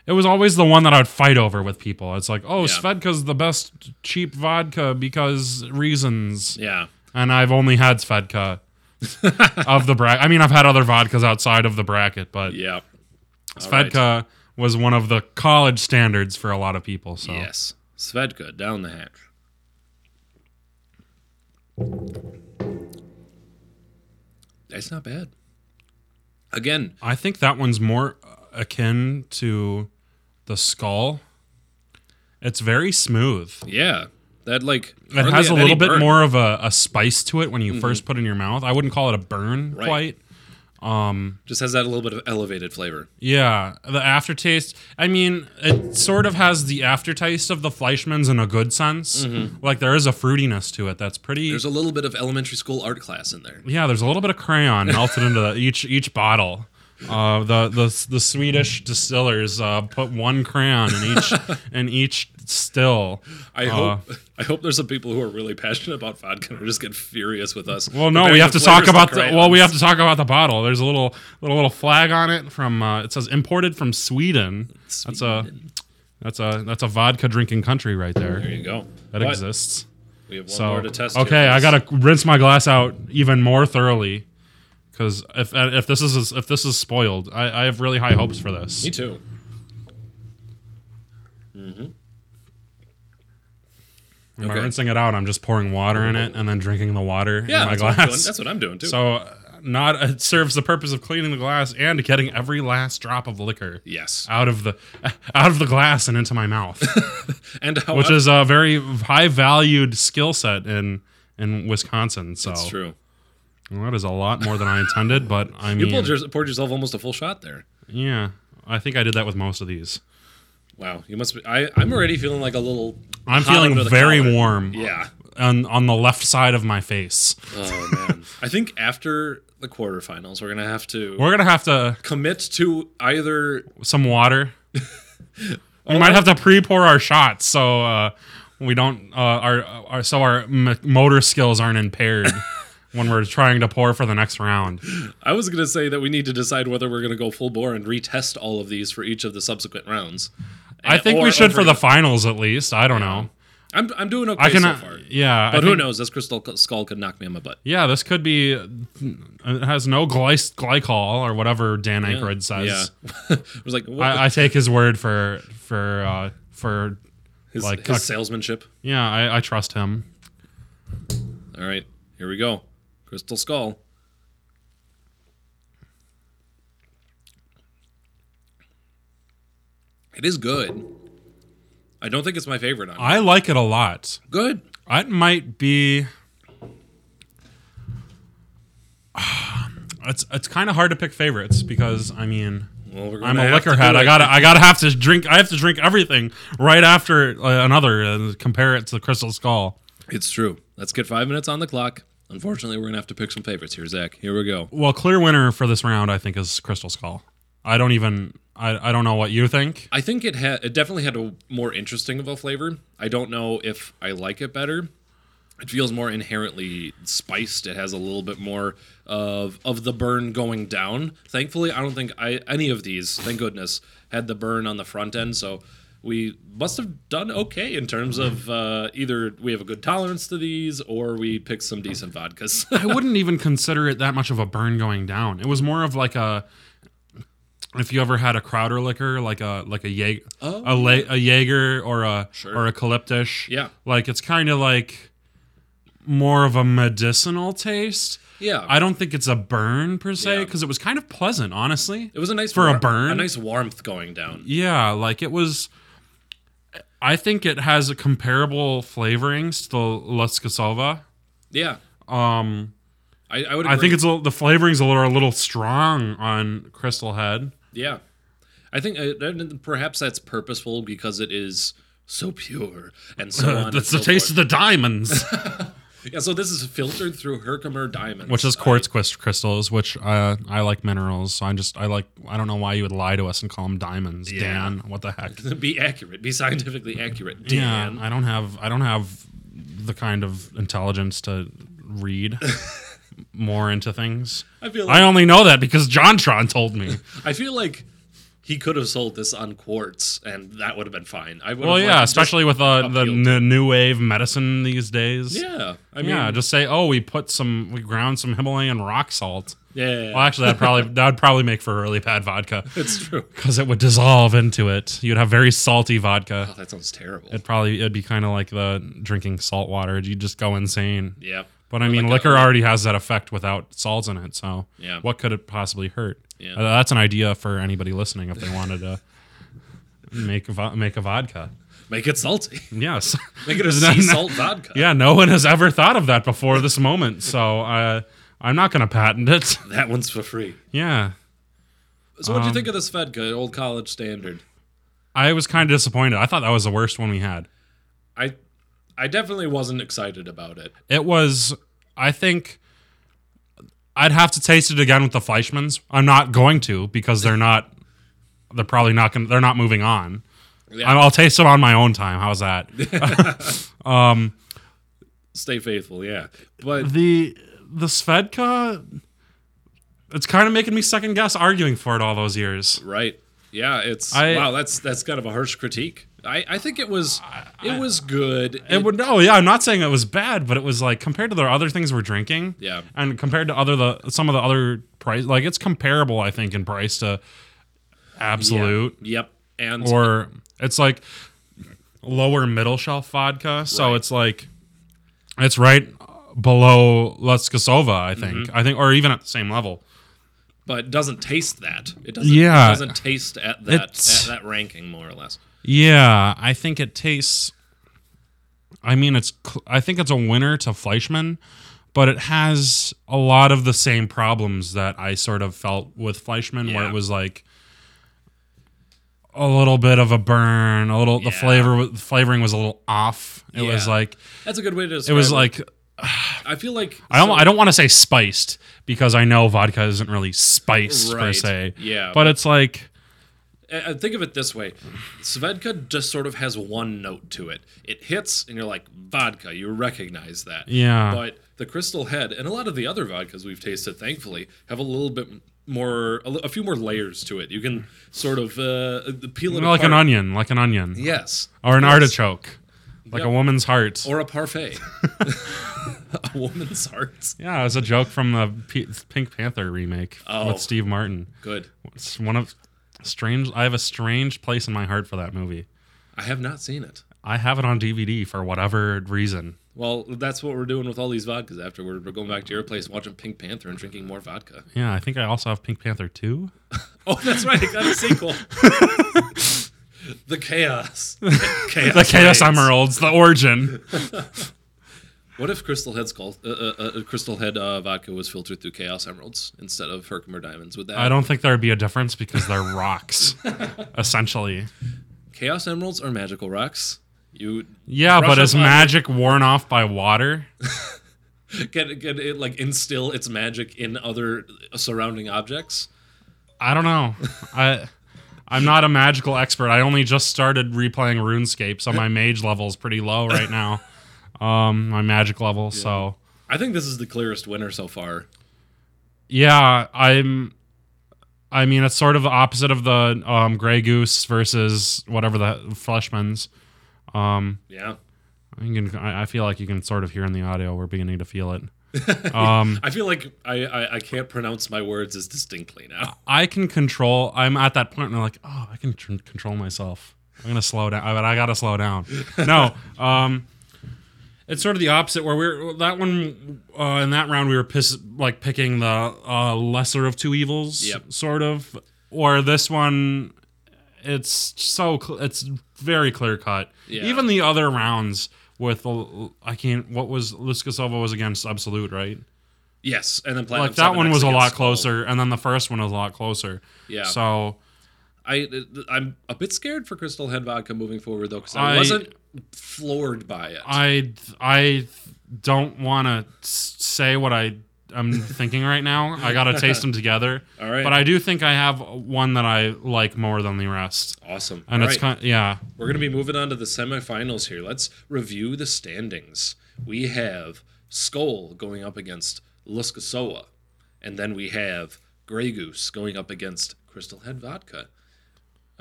C: it was always the one that I'd fight over with people. It's like, oh,
B: Yeah.
C: Svedka's the best cheap vodka because reasons,
B: Yeah.
C: and I've only had
B: [LAUGHS]
C: Svedka of the bracket. I mean, I've had other vodkas outside of the bracket, but
B: Yeah.
C: Svedka was one of the college standards for a lot of people. So
B: Yes. Svedka down the hatch. It's not bad. Again,
C: I think that one's more akin to the skull. It's very smooth.
B: yeah. That like
C: It
B: hardly
C: has a
B: any
C: little bit
B: burn. Mm-hmm.
C: more of a, a spice to it when you first put it in your mouth. I wouldn't call it a burn
B: Right.
C: quite.
B: Just has that little bit of elevated flavor.
C: Yeah, the aftertaste. I mean, it sort of has the aftertaste of the Fleischmann's in a good sense. Like there is a fruitiness to it that's pretty.
B: Mm-hmm. There's a little bit of elementary school art class in there.
C: yeah, there's a little bit of crayon melted into the, each each bottle. Uh, the the the Swedish distillers uh, put one crayon in
B: [LAUGHS]
C: each in each still.
B: I
C: Uh,
B: hope [LAUGHS] I hope there's some people who are really passionate about vodka and just get furious with us.
C: Well, no, we have to talk about the, well, we have to talk about the bottle. There's a little little little flag on it from uh, it says imported from Sweden. That's a that's a that's a vodka drinking country right
B: There
C: there.
B: you go.
C: That
B: But
C: exists.
B: We have one
C: So
B: more to test.
C: okay,
B: here,
C: I
B: guys.
C: gotta rinse my glass out even more thoroughly because if if this is if this is spoiled, I, I have really high hopes for this.
B: Me
C: [LAUGHS]
B: too.
C: Am
B: okay.
C: I rinsing it out? I'm just pouring water in it and then drinking the water
B: Yeah,
C: in
B: that's, What
C: my
B: I'm
C: glass.
B: doing.
C: [LAUGHS]
B: that's what I'm doing too.
C: so uh, not it serves the purpose of cleaning the glass and getting every last drop of liquor.
B: yes,
C: out of the [LAUGHS] out of the glass and into
B: [LAUGHS]
C: my mouth,
B: and how
C: uh, which
B: I-
C: is a very high valued skill set in in Wisconsin. So
B: that's true.
C: that is a lot more than I
B: [LAUGHS]
C: intended, but I
B: You
C: mean,
B: pulled your, poured yourself almost a full shot there.
C: yeah, I think I did that with most of these.
B: Wow, you must be. I, I'm already feeling like a little.
C: I'm
B: hot under
C: feeling
B: the
C: very
B: collar.
C: warm
B: Yeah.
C: on on the left side of my face.
B: Oh man. [LAUGHS] I think after the quarterfinals, we're gonna have to
C: We're gonna have to
B: commit to either [LAUGHS]
C: some water. we might have to pre-pour our shots, so uh, we don't uh, our, our so our m- motor skills
B: [LAUGHS]
C: aren't impaired when we're trying to pour for the next round.
B: I was going to say that we need to decide whether we're going to go full bore and retest all of these for each of the subsequent rounds.
C: I think we
B: or
C: should for the
B: over-
C: finals at least. I don't know.
B: I'm, I'm doing okay
C: I can. uh,
B: so far.
C: yeah, I
B: But who
C: think-
B: knows? This crystal c- skull could knock me on my butt.
C: Yeah, this could be. It has no glyce, glycol or whatever Dan Aykroyd says.
B: Yeah. [LAUGHS] I was like, what?
C: I, I take his word for for uh, for
B: his,
C: like
B: his
C: a-
B: salesmanship.
C: yeah. I, I trust him.
B: All right, here we go. Crystal Skull. It is good. I don't think it's my favorite. On
C: I like it a lot.
B: good.
C: It might be. [SIGHS] It's it's kind of hard to pick favorites because I mean
B: Well, we're
C: I'm
B: gonna have
C: a
B: to
C: liquor
B: do
C: head. I
B: it.
C: gotta I gotta have to drink. I have to drink everything right after uh, another and compare it to the Crystal Skull.
B: It's true. Let's get five minutes on the clock. Unfortunately, we're gonna have to pick some favorites here, Zach. Here we go.
C: Well, clear winner for this round I think is Crystal Skull. I don't even I, I don't know what you think.
B: I think it had it definitely had a more interesting of a flavor. I don't know if I like it better. It feels more inherently spiced. It has a little bit more of of the burn going down. Thankfully, I don't think I any of these, thank goodness, had the burn on the front end. So we must have done okay in terms of uh, either we have a good tolerance to these or we picked some decent vodkas. [LAUGHS]
C: I wouldn't even consider it that much of a burn going down. It was more of like a if you ever had a Crowder liquor, like a like a Jaeger,
B: Oh,
C: a, La- a Jaeger or a
B: Sure.
C: or a Calyptish.
B: Yeah.
C: like it's kind of like more of a medicinal taste.
B: yeah,
C: I don't think it's a burn per se
B: Yeah.
C: because it was kind of pleasant, honestly.
B: it was a nice
C: for a
B: war-
C: burn?
B: a nice warmth going down.
C: Yeah, like it was. I think it has a comparable flavorings to the Las Casova.
B: Yeah,
C: Um,
B: I, I would. Agree.
C: I think it's a, the flavorings a little are a little strong on Crystal Head.
B: Yeah, I think uh, that- perhaps that's purposeful because it is so pure and so on.
C: [LAUGHS] That's the taste of the diamonds,
B: the. Yeah, so this is filtered through Herkimer diamonds, Uh,
C: [LAUGHS] which is quartz quist crystals. Which uh, I like minerals, so I just I like I don't know why you would lie to us and call them diamonds,
B: Yeah.
C: [LAUGHS] Dan. What the heck?
B: I, be accurate, be scientifically accurate,
C: Yeah,
B: Dan.
C: I don't have I don't have the kind of intelligence to [LAUGHS] read more into things.
B: I feel
C: I
B: like,
C: only know that because JonTron told me.
B: I feel like he could have sold this on quartz, and that would have been fine. I would
C: [LAUGHS] well,
B: have
C: yeah,
B: liked just-
C: especially with uh, the
B: appealed.
C: n- new wave medicine these days.
B: yeah, I mean,
C: Yeah, just say, oh, we put some, we ground some Himalayan rock salt.
B: yeah,
C: Well, actually, that probably [LAUGHS] that would probably make for a really bad vodka
B: [LAUGHS] it's true.
C: because it would dissolve into it. You'd have very salty
B: Oh,
C: vodka.
B: that sounds terrible.
C: It probably it'd be kind of like the drinking salt water. You'd just go insane.
B: yeah,
C: But I mean,
B: Like a-
C: liquor already has that effect without salts in it. So
B: Yeah.
C: what could it possibly hurt?
B: Yeah.
C: Uh, that's an idea for anybody listening if they
B: [LAUGHS]
C: wanted to make a vo- make a vodka.
B: make it
C: [LAUGHS]
B: salty.
C: Yes.
B: Make
C: [LAUGHS]
B: it a
C: that-
B: sea salt vodka.
C: yeah. No one has ever thought of that before this moment. So uh, I'm not going to patent it. [LAUGHS]
B: That one's for free.
C: yeah.
B: So,
C: Um,
B: what do you think of this Fedka, old college standard?
C: I was kind of disappointed. I thought that was the worst one we had.
B: I I definitely wasn't excited about it.
C: It was. I think. I'd have to taste it again with the Fleischmans. I'm not going to because they're not. They're probably not going. to They're not moving on.
B: Yeah.
C: I'll taste them on my own time. How's that?
B: Stay faithful, yeah. But
C: the the Svedka. It's kind of making me second guess arguing for it all those years.
B: right. Yeah, it's
C: I-
B: wow, that's that's kind of a harsh critique. I, I think it was it was good.
C: It would no, yeah. I'm not saying it was bad, but it was like compared to the other things we're drinking,
B: Yeah.
C: and compared to other the some of the other price, like it's comparable, I think, in price to Absolute,
B: Yep. And
C: or it's like lower middle shelf vodka, so
B: Right.
C: it's like it's right below Leskosova, I think,
B: Mm-hmm.
C: I think, or even at the same level.
B: but doesn't taste that. It doesn't
C: Yeah.
B: it doesn't taste at that
C: It's-
B: at that ranking more or less.
C: Yeah, I think it tastes. I mean, it's. cl- I think it's a winner to Fleischman, but it has a lot of the same problems that I sort of felt with Fleischman, where
B: Yeah.
C: it was like a little bit of a burn, a little the
B: Yeah.
C: flavor, wa- the flavoring was a little off. It was
B: Yeah.
C: like
B: That's a good way to
C: it
B: describe
C: was like
B: I feel like
C: I don't.
B: so-
C: I don't want to say spiced because I know vodka isn't really spiced per
B: Right.
C: se.
B: Yeah,
C: but it's like
B: I I think of it this way Svedka just sort of has one note to it. It hits, and you're like, vodka, you recognize that.
C: Yeah.
B: But the Crystal Head and a lot of the other vodkas we've tasted, thankfully, have a little bit more, a, li- a few more layers to it. You can sort of uh, peel it
C: like an
B: apart.
C: onion, like an onion.
B: Yes.
C: or an
B: Yes.
C: artichoke, like
B: Yep.
C: a woman's heart.
B: Or a parfait. [LAUGHS] a woman's heart.
C: yeah, it's a joke from the P- Pink Panther remake
B: Oh.
C: with Steve Martin.
B: Good.
C: It's one of strange. I have a strange place in my heart for that movie.
B: I have not seen it.
C: I have it on DVD for whatever reason.
B: Well, that's what we're doing with all these vodkas afterward. We're going back to your place, watching Pink Panther, and drinking more vodka.
C: Yeah, I think I also have Pink Panther 2.
B: [LAUGHS] Oh, that's right. It got a sequel. [LAUGHS] the [LAUGHS] Chaos. Chaos
C: The Chaos
B: Reigns.
C: Emeralds, the origin.
B: What if Crystal Head skull, uh, uh, uh, Crystal Head uh, vodka was filtered through Chaos Emeralds instead of Herkimer Diamonds? Would that
C: I don't think there'd be a difference because they're rocks, [LAUGHS] essentially.
B: Chaos Emeralds are magical rocks. You
C: Yeah,
B: Rush
C: but
B: up
C: is
B: on it.
C: magic worn off by water?
B: can can it like instill its magic in other uh, surrounding objects.
C: I don't know. I I'm not a magical expert. I only just started replaying RuneScape, so my mage level's pretty low right now. Um, my magic level. So
B: I think this is the clearest winner so far.
C: yeah, I'm. I mean, it's sort of the opposite of the um, Grey Goose versus whatever the Fleshman's. Um,
B: Yeah.
C: you can, I I feel like you can sort of hear in the audio. We're beginning to feel it.
B: I feel like I, I, I can't pronounce my words as distinctly now.
C: I can control. I'm at that point where I'm like, oh, I can tr- control myself. I'm gonna slow down, but I gotta slow down.
B: [LAUGHS]
C: No, um, it's sort of the opposite where we're that one uh, in that round we were piss, like picking the uh, lesser of two evils,
B: Yep.
C: sort of. Or this one, it's so cl- it's very clear cut.
B: Yeah.
C: Even the other rounds with the I can't. What was Luskasova was against Absolute, right?
B: Yes, and then Platinum
C: like that
B: 7X
C: one was a lot
B: against Skull.
C: closer, and then the first one was a lot closer.
B: Yeah.
C: So
B: I I'm a bit scared for Crystal Head Vodka moving forward though, because I,
C: I-
B: wasn't floored by it.
C: I I don't want to say what I am thinking right now.
B: [LAUGHS]
C: I gotta taste them together.
B: All right.
C: But I do think I have one that I like more than the rest,
B: awesome.
C: and
B: All
C: it's
B: right.
C: kind yeah.
B: We're going to be moving on to the semifinals here. Let's review the standings. We have Skull going up against Luskasoa, and then we have Grey Goose going up against Crystal Head Vodka.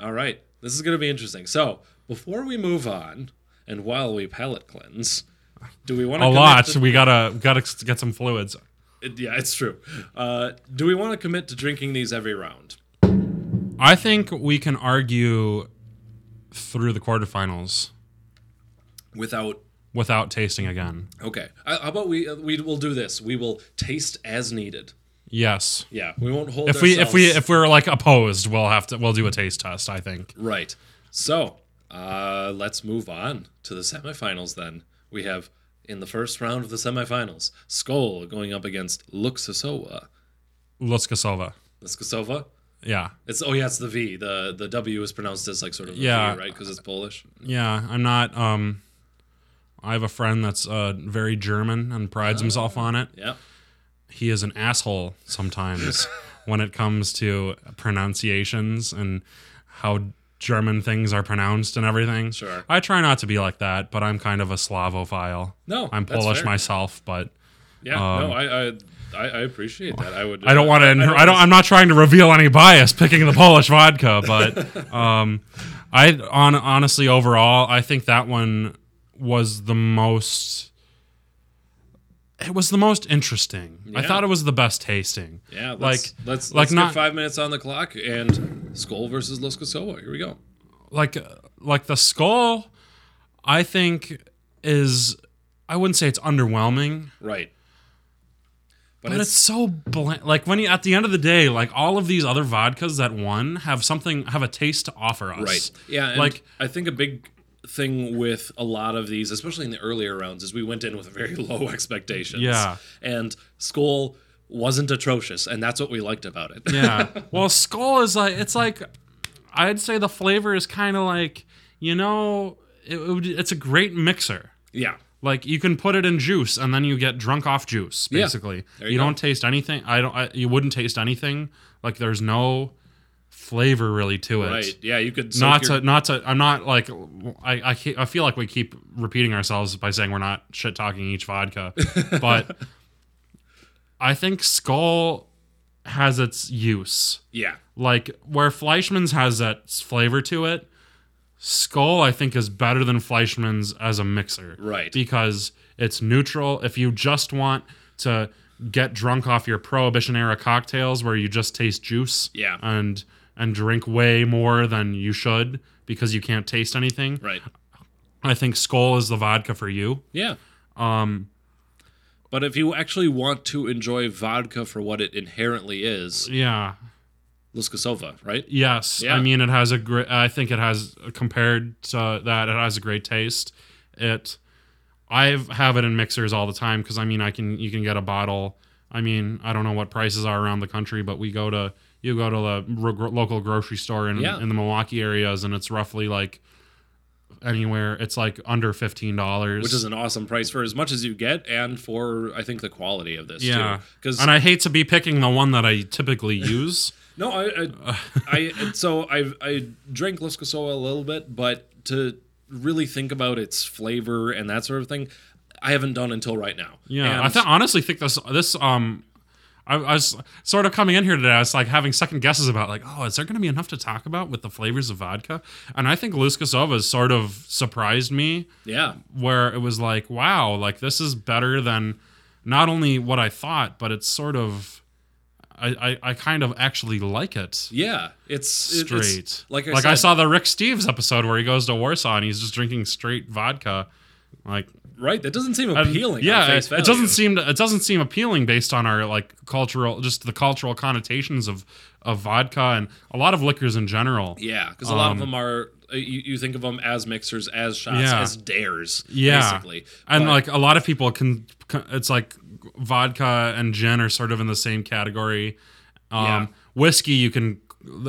B: All right, this is going to be interesting. So, before we move on, and while we palate cleanse, do we want to
C: A lot. we gotta gotta get some fluids.
B: yeah, it's true. Uh, do we want to commit to drinking these every round?
C: I think we can argue through the quarterfinals
B: Without
C: without tasting again.
B: okay, Uh, how about we uh, we will do this? We will taste as needed.
C: Yes.
B: Yeah, we won't hold.
C: If we if we
B: ourselves-
C: if we're like opposed, we'll have to we'll do a taste test. I think.
B: right. So uh, let's move on to the semifinals. Then we have in the first round of the semifinals, Skull going up against Luxasoa.
C: Luskasova.
B: Luxasoa.
C: Yeah.
B: It's oh yeah, it's the V. the The W is pronounced as like sort of a
C: Yeah.
B: V, right? Because it's Polish.
C: Yeah, I'm not um I have a friend that's uh very German and prides himself on it.
B: Yeah.
C: He is an asshole
B: [LAUGHS]
C: sometimes when it comes to pronunciations and how German things are pronounced and everything.
B: Sure.
C: I try not to be like that, but I'm kind of a Slavophile.
B: No,
C: I'm
B: that's
C: Polish
B: fair.
C: myself, but
B: Yeah. no, I, I I I appreciate that. I would.
C: Um, I don't want to. I don't, I I'm not trying to reveal any bias picking the Polish vodka,
B: [LAUGHS]
C: but um, I on honestly overall, I think that one was the most. It was the most interesting. I
B: Yeah.
C: thought it was the best tasting.
B: Yeah, let's,
C: like
B: let's
C: like
B: let's get
C: not
B: five minutes on the clock and Skull versus Luskasoa. Here we go.
C: like like the skull. I think is I wouldn't say it's underwhelming,
B: Right. But,
C: But
B: it's,
C: it's so bland. Like when you at the end of the day, like all of these other vodkas that won have something have a taste to offer us.
B: right. Yeah, and
C: Like-
B: like I think a big thing with a lot of these, especially in the earlier rounds, is we went in with very [LAUGHS] low expectations.
C: Yeah.
B: And Skull wasn't atrocious, and that's what we liked about it.
C: Yeah. [LAUGHS] well, skull is like it's like I'd say the flavor is kind of like you know it, would, it's a great mixer.
B: [LAUGHS] yeah.
C: Like you can put it in juice and then you get drunk off juice
B: Yeah.
C: basically.
B: There
C: You,
B: you go.
C: don't taste anything. I don't. I, you wouldn't taste anything. Like there's no flavor really to it.
B: Right. Yeah, you could soak
C: not
B: your-
C: to not to i'm not like I, I ke- i feel like we keep repeating ourselves by saying we're not shit talking each
B: [LAUGHS]
C: vodka but i think skull has its use
B: Yeah.
C: like where fleischmann's has that flavor to it skull i think is better than fleischmann's as a mixer
B: Right.
C: because it's neutral if you just want to get drunk off your prohibition era cocktails where you just taste juice
B: Yeah.
C: and and drink way more than you should because you can't taste anything
B: Right.
C: i think skull is the vodka for you
B: Yeah.
C: Um,
B: But if you actually want to enjoy vodka for what it inherently is,
C: yeah.
B: Luskasova, right?
C: Yes.
B: Yeah.
C: I mean, it has a great. I think it has compared to that, it has a great taste. It. I have it in mixers all the time because I mean, I can you can get a bottle. I mean, I don't know what prices are around the country, but we go to you go to the ro- gro- local grocery store in
B: Yeah.
C: in the Milwaukee areas, and it's roughly like anywhere. It's like under fifteen dollars,
B: Which is an awesome price for as much as you get and for, I think, the quality of this,
C: Yeah.
B: too. Because
C: And I hate to be picking the one that I typically use.
B: No, I,
C: [LAUGHS]
B: I, I so I I drank Luskosoa a little bit, but to really think about its flavor and that sort of thing, I haven't done until right now.
C: Yeah, I
B: And-
C: th- honestly think this this um, I, I was sort of coming in here today. I was like having second guesses about like, oh, is there going to be enough to talk about with the flavors of vodka? And I think Luskasova has sort of surprised me,
B: yeah,
C: where it was like, wow, like this is better than not only what I thought, but it's sort of. I, I, I kind of actually like it
B: yeah, it's it-
C: straight.
B: it's- like I
C: like
B: said,
C: I saw the Rick Steves episode where he goes to Warsaw and he's just drinking straight vodka. Like
B: right. That doesn't seem
C: I'm-
B: appealing.
C: Yeah,
B: on face
C: it, it
B: value.
C: doesn't seem to- it doesn't seem appealing based on our like cultural, just the cultural connotations of of vodka and a lot of liquors in general.
B: Yeah, because a lot
C: Um,
B: of them are uh, you, you think of them as mixers, as shots,
C: Yeah.
B: as dares,
C: Yeah.
B: basically.
C: And
B: But-
C: like a lot of people can, can, it's like vodka and gin are sort of in the same category. Um,
B: Yeah.
C: Whiskey, you can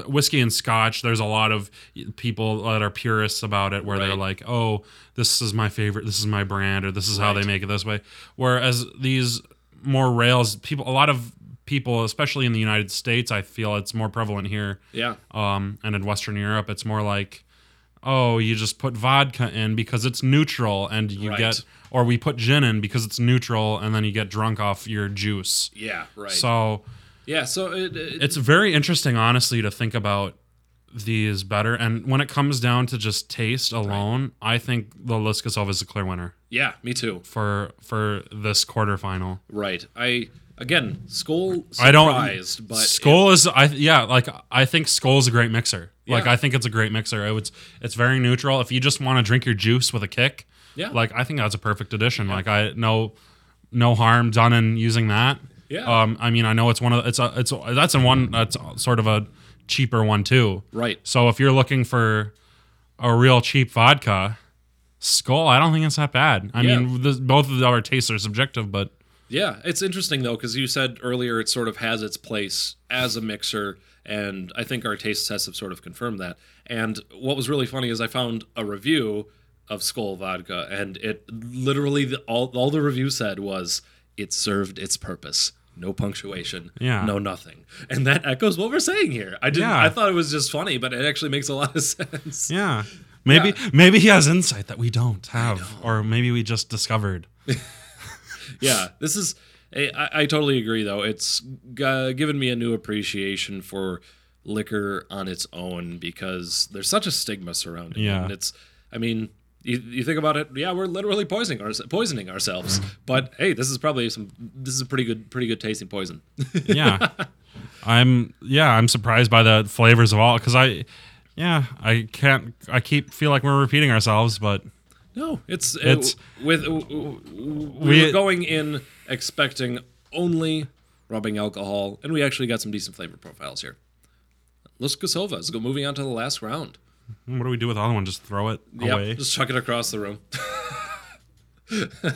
C: whiskey and scotch. There's a lot of people that are purists about it, where they're
B: Right.
C: like, "Oh, this is my favorite. This is my brand, or this is how they
B: Right.
C: make it this way." Whereas these more rails, people, a lot of people, especially in the United States, I feel it's more prevalent here
B: yeah,
C: um, and in Western Europe, it's more like, oh, you just put vodka in because it's neutral, and you
B: Right.
C: get, or we put gin in because it's neutral, and then you get drunk off your juice.
B: yeah, right.
C: So
B: yeah, so it, it,
C: it's very interesting, honestly, to think about these better. And when it comes down to just taste alone, I think the Liskasov is a clear winner
B: yeah, me too.
C: for for this quarterfinal.
B: Right, I again, Skull surprised,
C: I don't.
B: but
C: Skull is I yeah like I think Skull is a great mixer. Like
B: Yeah.
C: I think it's a great mixer. It was it's very neutral. If you just want to drink your juice with a kick,
B: Yeah.
C: Like I think that's a perfect addition. Like I no no harm done in using that.
B: Yeah.
C: Um. I mean I know it's one of it's a, it's a- that's in one that's sort of a cheaper one too.
B: right.
C: So if you're looking for a real cheap vodka, Skull I don't think it's that bad. I
B: Yeah.
C: mean this, both of our tastes are subjective, but
B: Yeah, it's interesting though because you said earlier it sort of has its place as a mixer, and I think our taste tests have sort of confirmed that. And what was really funny is I found a review of Skull Vodka, and it literally the, all all the review said was it served its purpose. No punctuation,
C: Yeah.
B: no nothing, and that echoes what we're saying here. I didn't.
C: Yeah.
B: I thought it was just funny, but it actually makes a lot of [LAUGHS] sense.
C: Yeah. Maybe maybe he has insight that we don't have, or maybe we just discovered.
B: yeah this is I, I- I totally agree though it's uh, given me a new appreciation for liquor on its own because there's such a stigma surrounding it
C: Yeah.
B: and it's i mean you, you think about it yeah we're literally poisoning, our, poisoning ourselves but hey this is probably some this is a pretty good pretty good tasting poison [LAUGHS]
C: Yeah. [LAUGHS] I'm yeah I'm surprised by the flavors of all because I yeah I can't I keep feel like we're repeating ourselves, but
B: no it's it's
C: It's-
B: with w- w- w- we
C: We-
B: were going in expecting only rubbing alcohol and we actually got some decent flavor profiles here Los Casovas go moving on to the last round
C: what do we do with the other one? Just throw it away.
B: Yeah, just chuck it across the room. [LAUGHS]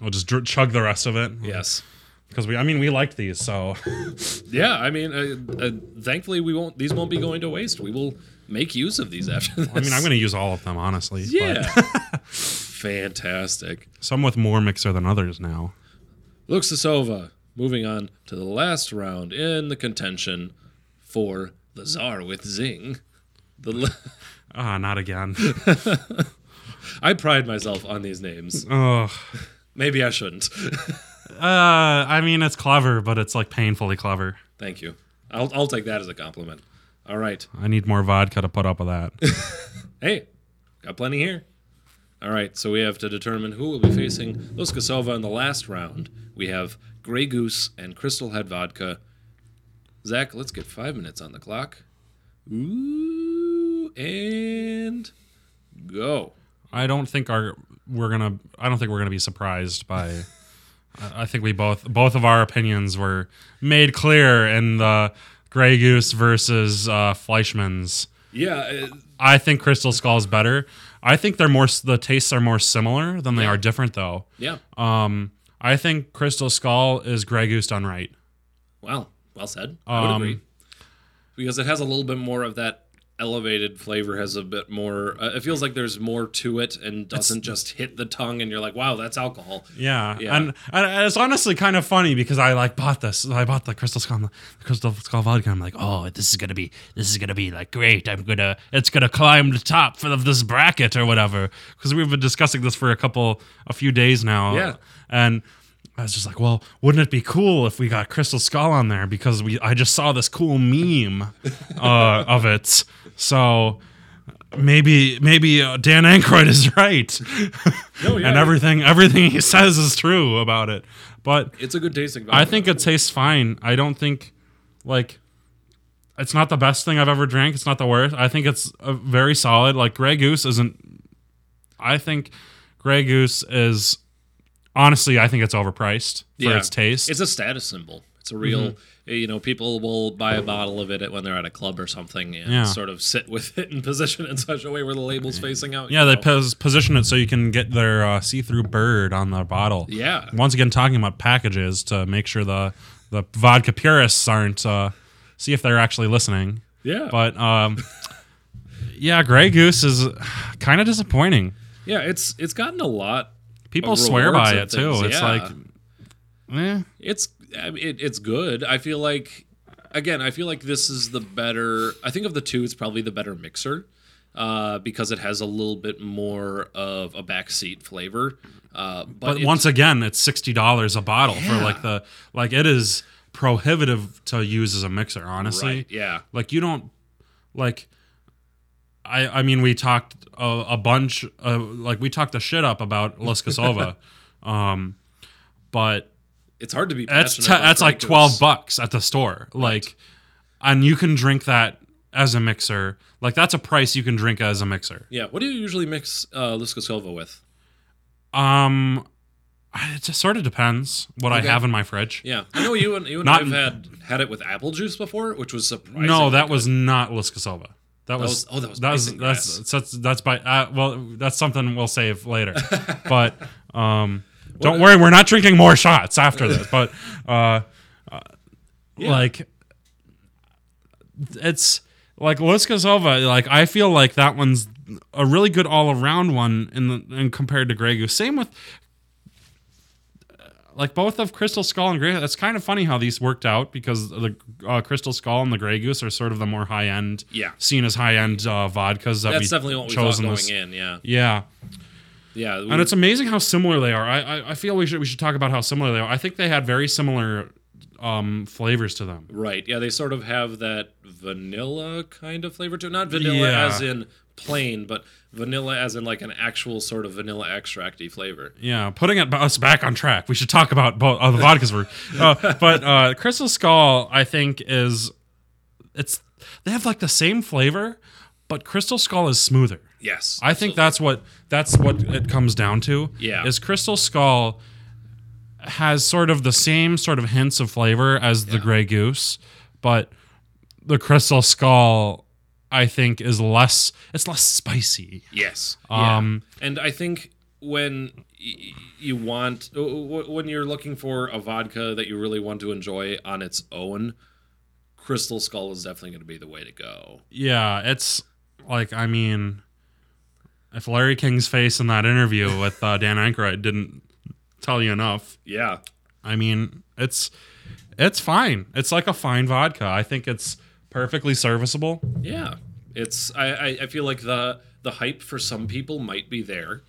C: we'll just dr- chug the rest of it.
B: yes.
C: because we I mean we like these, so [LAUGHS]
B: Yeah, I mean, uh, uh, thankfully we won't. These won't be going to waste. We will make use of these after this.
C: I mean I'm gonna use all of them honestly. but
B: Yeah.
C: [LAUGHS]
B: Fantastic.
C: some with more mixer than others now.
B: Luxasova moving on to the last round in the contention for the czar with zing. The l- [LAUGHS]
C: Ah, not again.
B: I pride myself on these names.
C: Ugh.
B: Maybe I shouldn't. [LAUGHS]
C: Uh, I mean it's clever, but it's like painfully clever.
B: Thank you. I'll I'll take that as a compliment. All right.
C: I need more vodka to put up with that.
B: hey, got plenty here. All right, so we have to determine who will be facing Los Casova in the last round. We have Grey Goose and Crystal Head Vodka. Zach, let's get five minutes on the clock. Ooh, and go.
C: I don't think our we're gonna. I don't think we're gonna be surprised by. I I think we both both of our opinions were made clear in the Grey Goose versus uh, Fleischmann's.
B: Yeah, uh,
C: I think Crystal Skull's better. I think they're more. s- The tastes are more similar than they are different, though.
B: yeah.
C: Um, I think Crystal Skull is Grey Goose done right.
B: Wow, well said. I would
C: Um,
B: agree because it has a little bit more of that elevated flavor. Has a bit more. Uh, it feels like there's more to it and doesn't just hit the tongue and you're like, wow, that's alcohol.
C: Yeah.
B: Yeah.
C: And, and it's honestly kind of funny because I like bought this. I bought the Crystal Skull, the Crystal Skull vodka. I'm like, oh, this is gonna be, this is gonna be like great. I'm gonna, it's gonna climb the top for- of this bracket or whatever. Because we've been discussing this for a couple, a few days now.
B: Yeah.
C: And I was just like, well, wouldn't it be cool if we got Crystal Skull on there? Because we, I just saw this
B: [LAUGHS]
C: cool meme uh, of it. So. Maybe maybe uh, Dan Aykroyd is right.
B: [LAUGHS] No, yeah,
C: and everything everything [LAUGHS] he says is true about it. But
B: it's a good tasting.
C: I
B: vodka.
C: think it tastes fine. I don't think like it's not the best thing I've ever drank. It's not the worst. I think it's a very solid. Like Grey Goose isn't. I think Grey Goose is honestly. I think it's overpriced for its taste. Mm-hmm.
B: It's a status symbol. It's a real, you know, people will buy a bottle of it at- when they're at a club or something and
C: Yeah.
B: sort of sit with it and position it in [LAUGHS] such a way where the label's facing out. you
C: yeah, they
B: know?
C: pos- position it so you can get their uh, see-through bird on the bottle.
B: Yeah.
C: Once again, talking about packages to make sure the the vodka purists aren't uh, see if they're actually listening.
B: Yeah.
C: [LAUGHS] But um, yeah, Grey Goose is kind of disappointing.
B: yeah, it's it's gotten a lot.
C: People
B: Of
C: swear
B: rewards
C: by
B: and
C: it too.
B: things,
C: It's
B: yeah.
C: like, eh,
B: It's I mean, it, it's good. I feel like again, I feel like this is the better. I think of the two, it's probably the better mixer. Uh, because it has a little bit more of a backseat flavor, uh, but,
C: but
B: it-
C: once again, it's sixty dollars a bottle for
B: Yeah.
C: like the like it is prohibitive to use as a mixer. Honestly,
B: right, yeah,
C: like you don't like. I I mean, we talked a, a bunch. Uh, like we talked the shit up about
B: [LAUGHS]
C: Los Casova, um, but
B: it's hard to be.
C: that's
B: passionate
C: te-
B: about
C: that's like
B: Dracos.
C: twelve bucks at the store. Like, and you can drink that as a mixer. Like that's a price you can drink as a mixer.
B: Yeah. What do you usually mix uh, Lusco Silva with?
C: Um, I- it just sort of depends what
B: Okay.
C: I have in my fridge.
B: Yeah, I know you and you and
C: Not-
B: I've had had it with apple juice before, which was surprising.
C: No, that was not Las Casalba. That was,
B: was- oh, that was bison
C: that's,
B: grass.
C: that's that's that's by uh, well that's something we'll
B: [LAUGHS]
C: save later, but um, don't worry, we're not drinking more shots after this. But uh, uh, like it's like Los Casova, like I feel like that one's a really good all around one in the in compared to Grey Goose. Same with uh, like both of Crystal Skull and Grey. It's kind of funny how these worked out because the uh, Crystal Skull and the Grey Goose are sort of the more high end,
B: Yeah.
C: seen as high end uh, vodkas that
B: that's
C: we
B: definitely what we
C: chose
B: thought going
C: this-
B: in. Yeah,
C: Yeah,
B: yeah, we-
C: and it's amazing how similar they are. I, I I feel we should we should talk about how similar they are. I think they had very similar um flavors to them.
B: right. Yeah, they sort of have that vanilla kind of flavor to it. Not vanilla
C: Yeah.
B: as in plain, but vanilla as in like an actual sort of vanilla extracty flavor.
C: Yeah, putting it, us back on track. We should talk about both uh, the vodkas were, uh, but uh, Crystal Skull I think is it's they have like the same flavor, but Crystal Skull is smoother.
B: Yes,
C: I think that's what that's what it comes down to.
B: Yeah.
C: is Crystal Skull has sort of the same sort of hints of flavor as the Grey Goose, but the Crystal Skull I think is less it's less spicy.
B: Yes.
C: Um,
B: yeah. And I think when y- you want, w- w- when you're looking for a vodka that you really want to enjoy on its own, Crystal Skull is definitely going to be the way to go.
C: Yeah, it's like I mean, if Larry King's face in that interview with uh, Dan Aykroyd didn't tell you enough,
B: Yeah.
C: I mean, it's it's fine. It's like a fine vodka. I think it's perfectly serviceable.
B: Yeah. It's, I, I, I feel like the, the hype for some people might be there.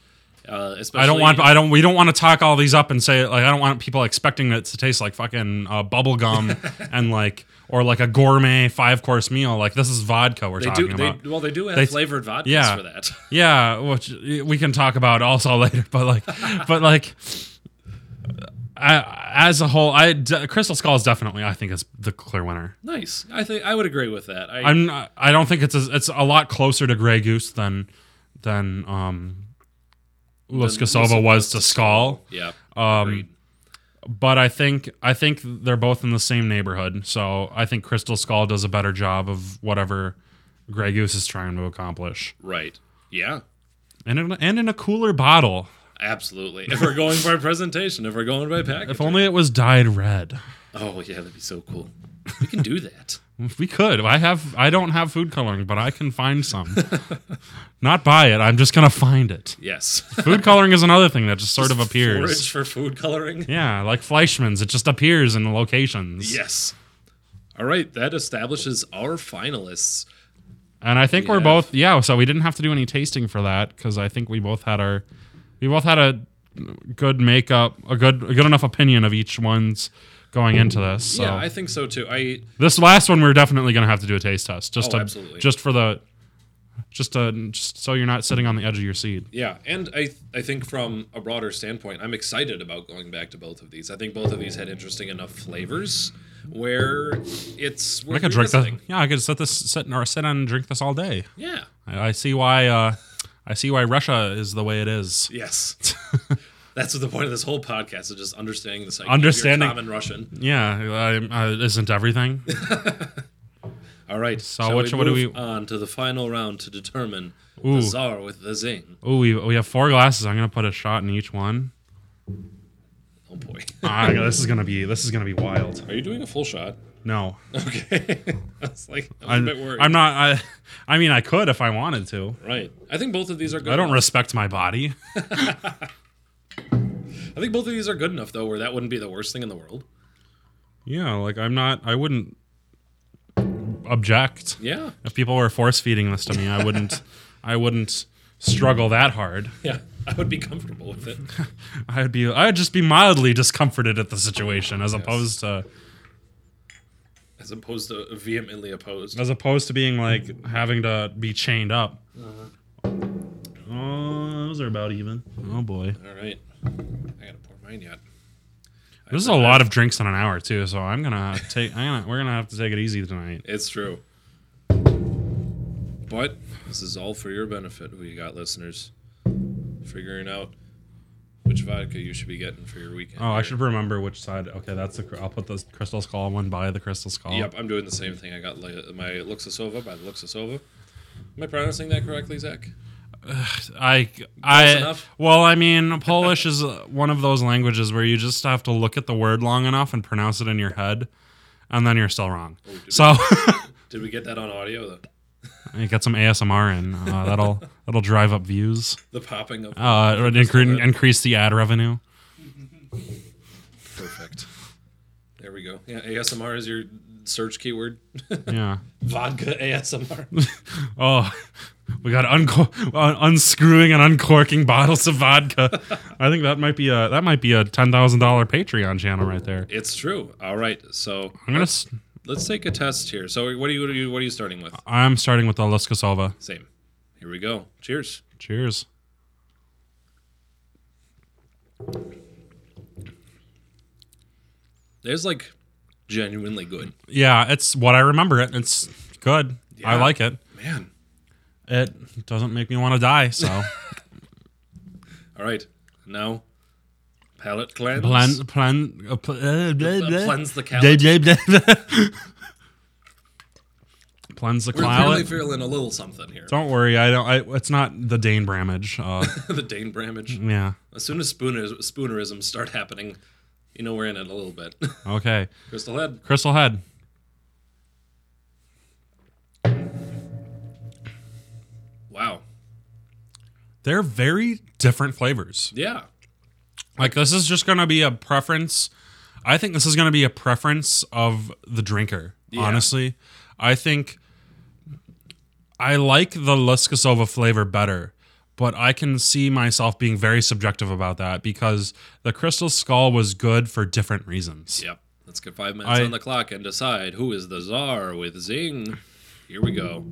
B: Uh, especially,
C: I don't want. I don't. We don't want to talk all these up and say like I don't want people expecting it to taste like fucking uh,
B: [LAUGHS]
C: bubble gum and like or like a gourmet five course meal. Like this is vodka we're
B: they
C: talking
B: do,
C: about.
B: they, well, they do have
C: They-
B: flavored vodkas
C: yeah.
B: for that. [LAUGHS]
C: Yeah, which we can talk about also [LAUGHS] later. But like, but like, I, as a whole, I d- Crystal Skull is definitely I think is the clear winner.
B: nice. I think I would agree with that. I,
C: I'm not, I don't think it's as, it's a lot closer to Grey Goose than than um Los Casova was to Skull.
B: Yeah.
C: Um, but I think I think they're both in the same neighborhood. So I think Crystal Skull does a better job of whatever Grey Goose is trying to accomplish,
B: Right. Yeah.
C: and in, and in a cooler bottle.
B: Absolutely. If we're going by presentation, if we're going by package.
C: If only it was dyed red.
B: Oh yeah, that'd be so cool. We can do that. [LAUGHS]
C: If we could, I have I don't have food coloring, but I can find some. [LAUGHS] Not buy it. I'm just gonna find it.
B: Yes.
C: Food coloring is another thing that just sort of
B: Forage
C: appears.
B: for food coloring.
C: Yeah, like Fleischmann's, it just appears in locations.
B: Yes. All right, that establishes our finalists.
C: And I think
B: Yeah.
C: we're both yeah. So we didn't have to do any tasting for that because I think we both had our we both had a good makeup, a good a good enough opinion of each one's going into this. So
B: Yeah, I think so too. I
C: this last one we're definitely gonna have to do a taste test just
B: Oh,
C: to
B: absolutely.
C: just for the just to just so you're not sitting on the edge of your seat.
B: yeah, and I I think from a broader standpoint, I'm excited about going back to both of these. I think both of these had interesting enough flavors where it's
C: I
B: worth
C: could drink this.
B: revisiting.
C: Yeah, I could sit this sit or sit down and drink this all day.
B: Yeah.
C: I, I see why. Uh, I see why Russia is the way it is. [LAUGHS]
B: Yes. That's the point of this whole podcast is just understanding the psyche
C: Understanding-
B: of your common Russian.
C: Yeah, I, I, isn't everything?
B: All right.
C: So
B: shall
C: which- what do
B: move
C: we-
B: on to the final round to determine the
C: Ooh.
B: czar with the zing?
C: [LAUGHS] Ooh, we, we have four glasses. I'm gonna put a shot in each one.
B: Oh boy. [LAUGHS]
C: Ah, this is gonna be this is gonna be wild.
B: Are you doing a full shot? [LAUGHS]
C: No,
B: Okay. I was like, I was
C: I'm,
B: a bit worried.
C: I'm not. I, I mean, I could if I wanted to.
B: Right. I think both of these are good.
C: I don't
B: enough.
C: respect my body.
B: I think both of these are good enough though, where that wouldn't be the worst thing in the world.
C: Yeah, like I'm not. I wouldn't object
B: Yeah. [LAUGHS]
C: if people were force feeding this to me. I wouldn't. I wouldn't struggle that hard.
B: Yeah. I would be comfortable with
C: [LAUGHS]
B: it.
C: I'd be. I'd just be mildly discomforted at the situation, as opposed to
B: As opposed to vehemently opposed.
C: as opposed to being like having to be chained up.
B: Uh-huh.
C: Oh, those are about even. Oh boy.
B: All right. I gotta pour mine yet.
C: This is a lot of drinks in an hour too, so I'm gonna take. I'm gonna, we're gonna have to take it easy tonight.
B: It's true. But this is all for your benefit, who you got listeners. Figuring out which vodka you should be getting for your weekend.
C: Oh, I should remember which side. Okay, that's the. cr- I'll put the crystal skull one by the crystal skull.
B: Yep, I'm doing the same thing. I got li- my Luxasova by the Luxasova. Am I pronouncing that correctly, Zach?
C: I. I.
B: enough.
C: Well, I mean, Polish is uh, one of those languages where you just have to look at the word long enough and pronounce it in your head, and then you're still wrong.
B: Oh,
C: So. [LAUGHS]
B: Did we get that on audio? The,
C: You got some ASMR in. Uh, that'll [LAUGHS] that'll drive up views.
B: the popping of
C: Uh, it would incre- increase the ad revenue.
B: perfect. There we go. Yeah, ASMR is your search keyword. [LAUGHS]
C: Yeah.
B: Vodka ASMR.
C: Oh, [LAUGHS] we got unco- uh, unscrewing and uncorking bottles of vodka. I think that might be a that might be a ten thousand dollar Patreon channel right there.
B: it's true. All right, so
C: I'm gonna. S-
B: let's take a test here. So what are you what are you, what are you starting with?
C: I'm starting with the Los Casova.
B: Same. Here we go. Cheers.
C: Cheers.
B: There's like genuinely good.
C: Yeah, it's what I remember. It. It's good. I
B: Yeah.
C: like it.
B: Man.
C: It doesn't make me want to die. So
B: All right. Now palate cleanse.
C: plan plan uh, pl- uh, blah,
B: Uh,
C: blah.
B: cleanse the
C: Blah,
B: palate.
C: blah, blah, blah. [LAUGHS] Plans the
B: We're clearly
C: cloud.
B: feeling a little something here.
C: Don't worry, I don't. I, it's not the Dane
B: [LAUGHS]
C: Bramage. Uh,
B: the Dane Bramage.
C: yeah.
B: As soon as spooner, spoonerisms start happening, you know we're in it a little bit. [LAUGHS]
C: Okay.
B: Crystal Head.
C: Crystal Head.
B: Wow.
C: They're very different flavors.
B: Yeah.
C: Like this is just gonna be a preference. I think this is gonna be a preference of the drinker. Honestly, I think I like the Luskasova flavor better, but I can see myself being very subjective about that because the Crystal Skull was good for different reasons.
B: Yep. Let's get five minutes
C: I-
B: on the clock and decide who is the czar with Zing. Here we go.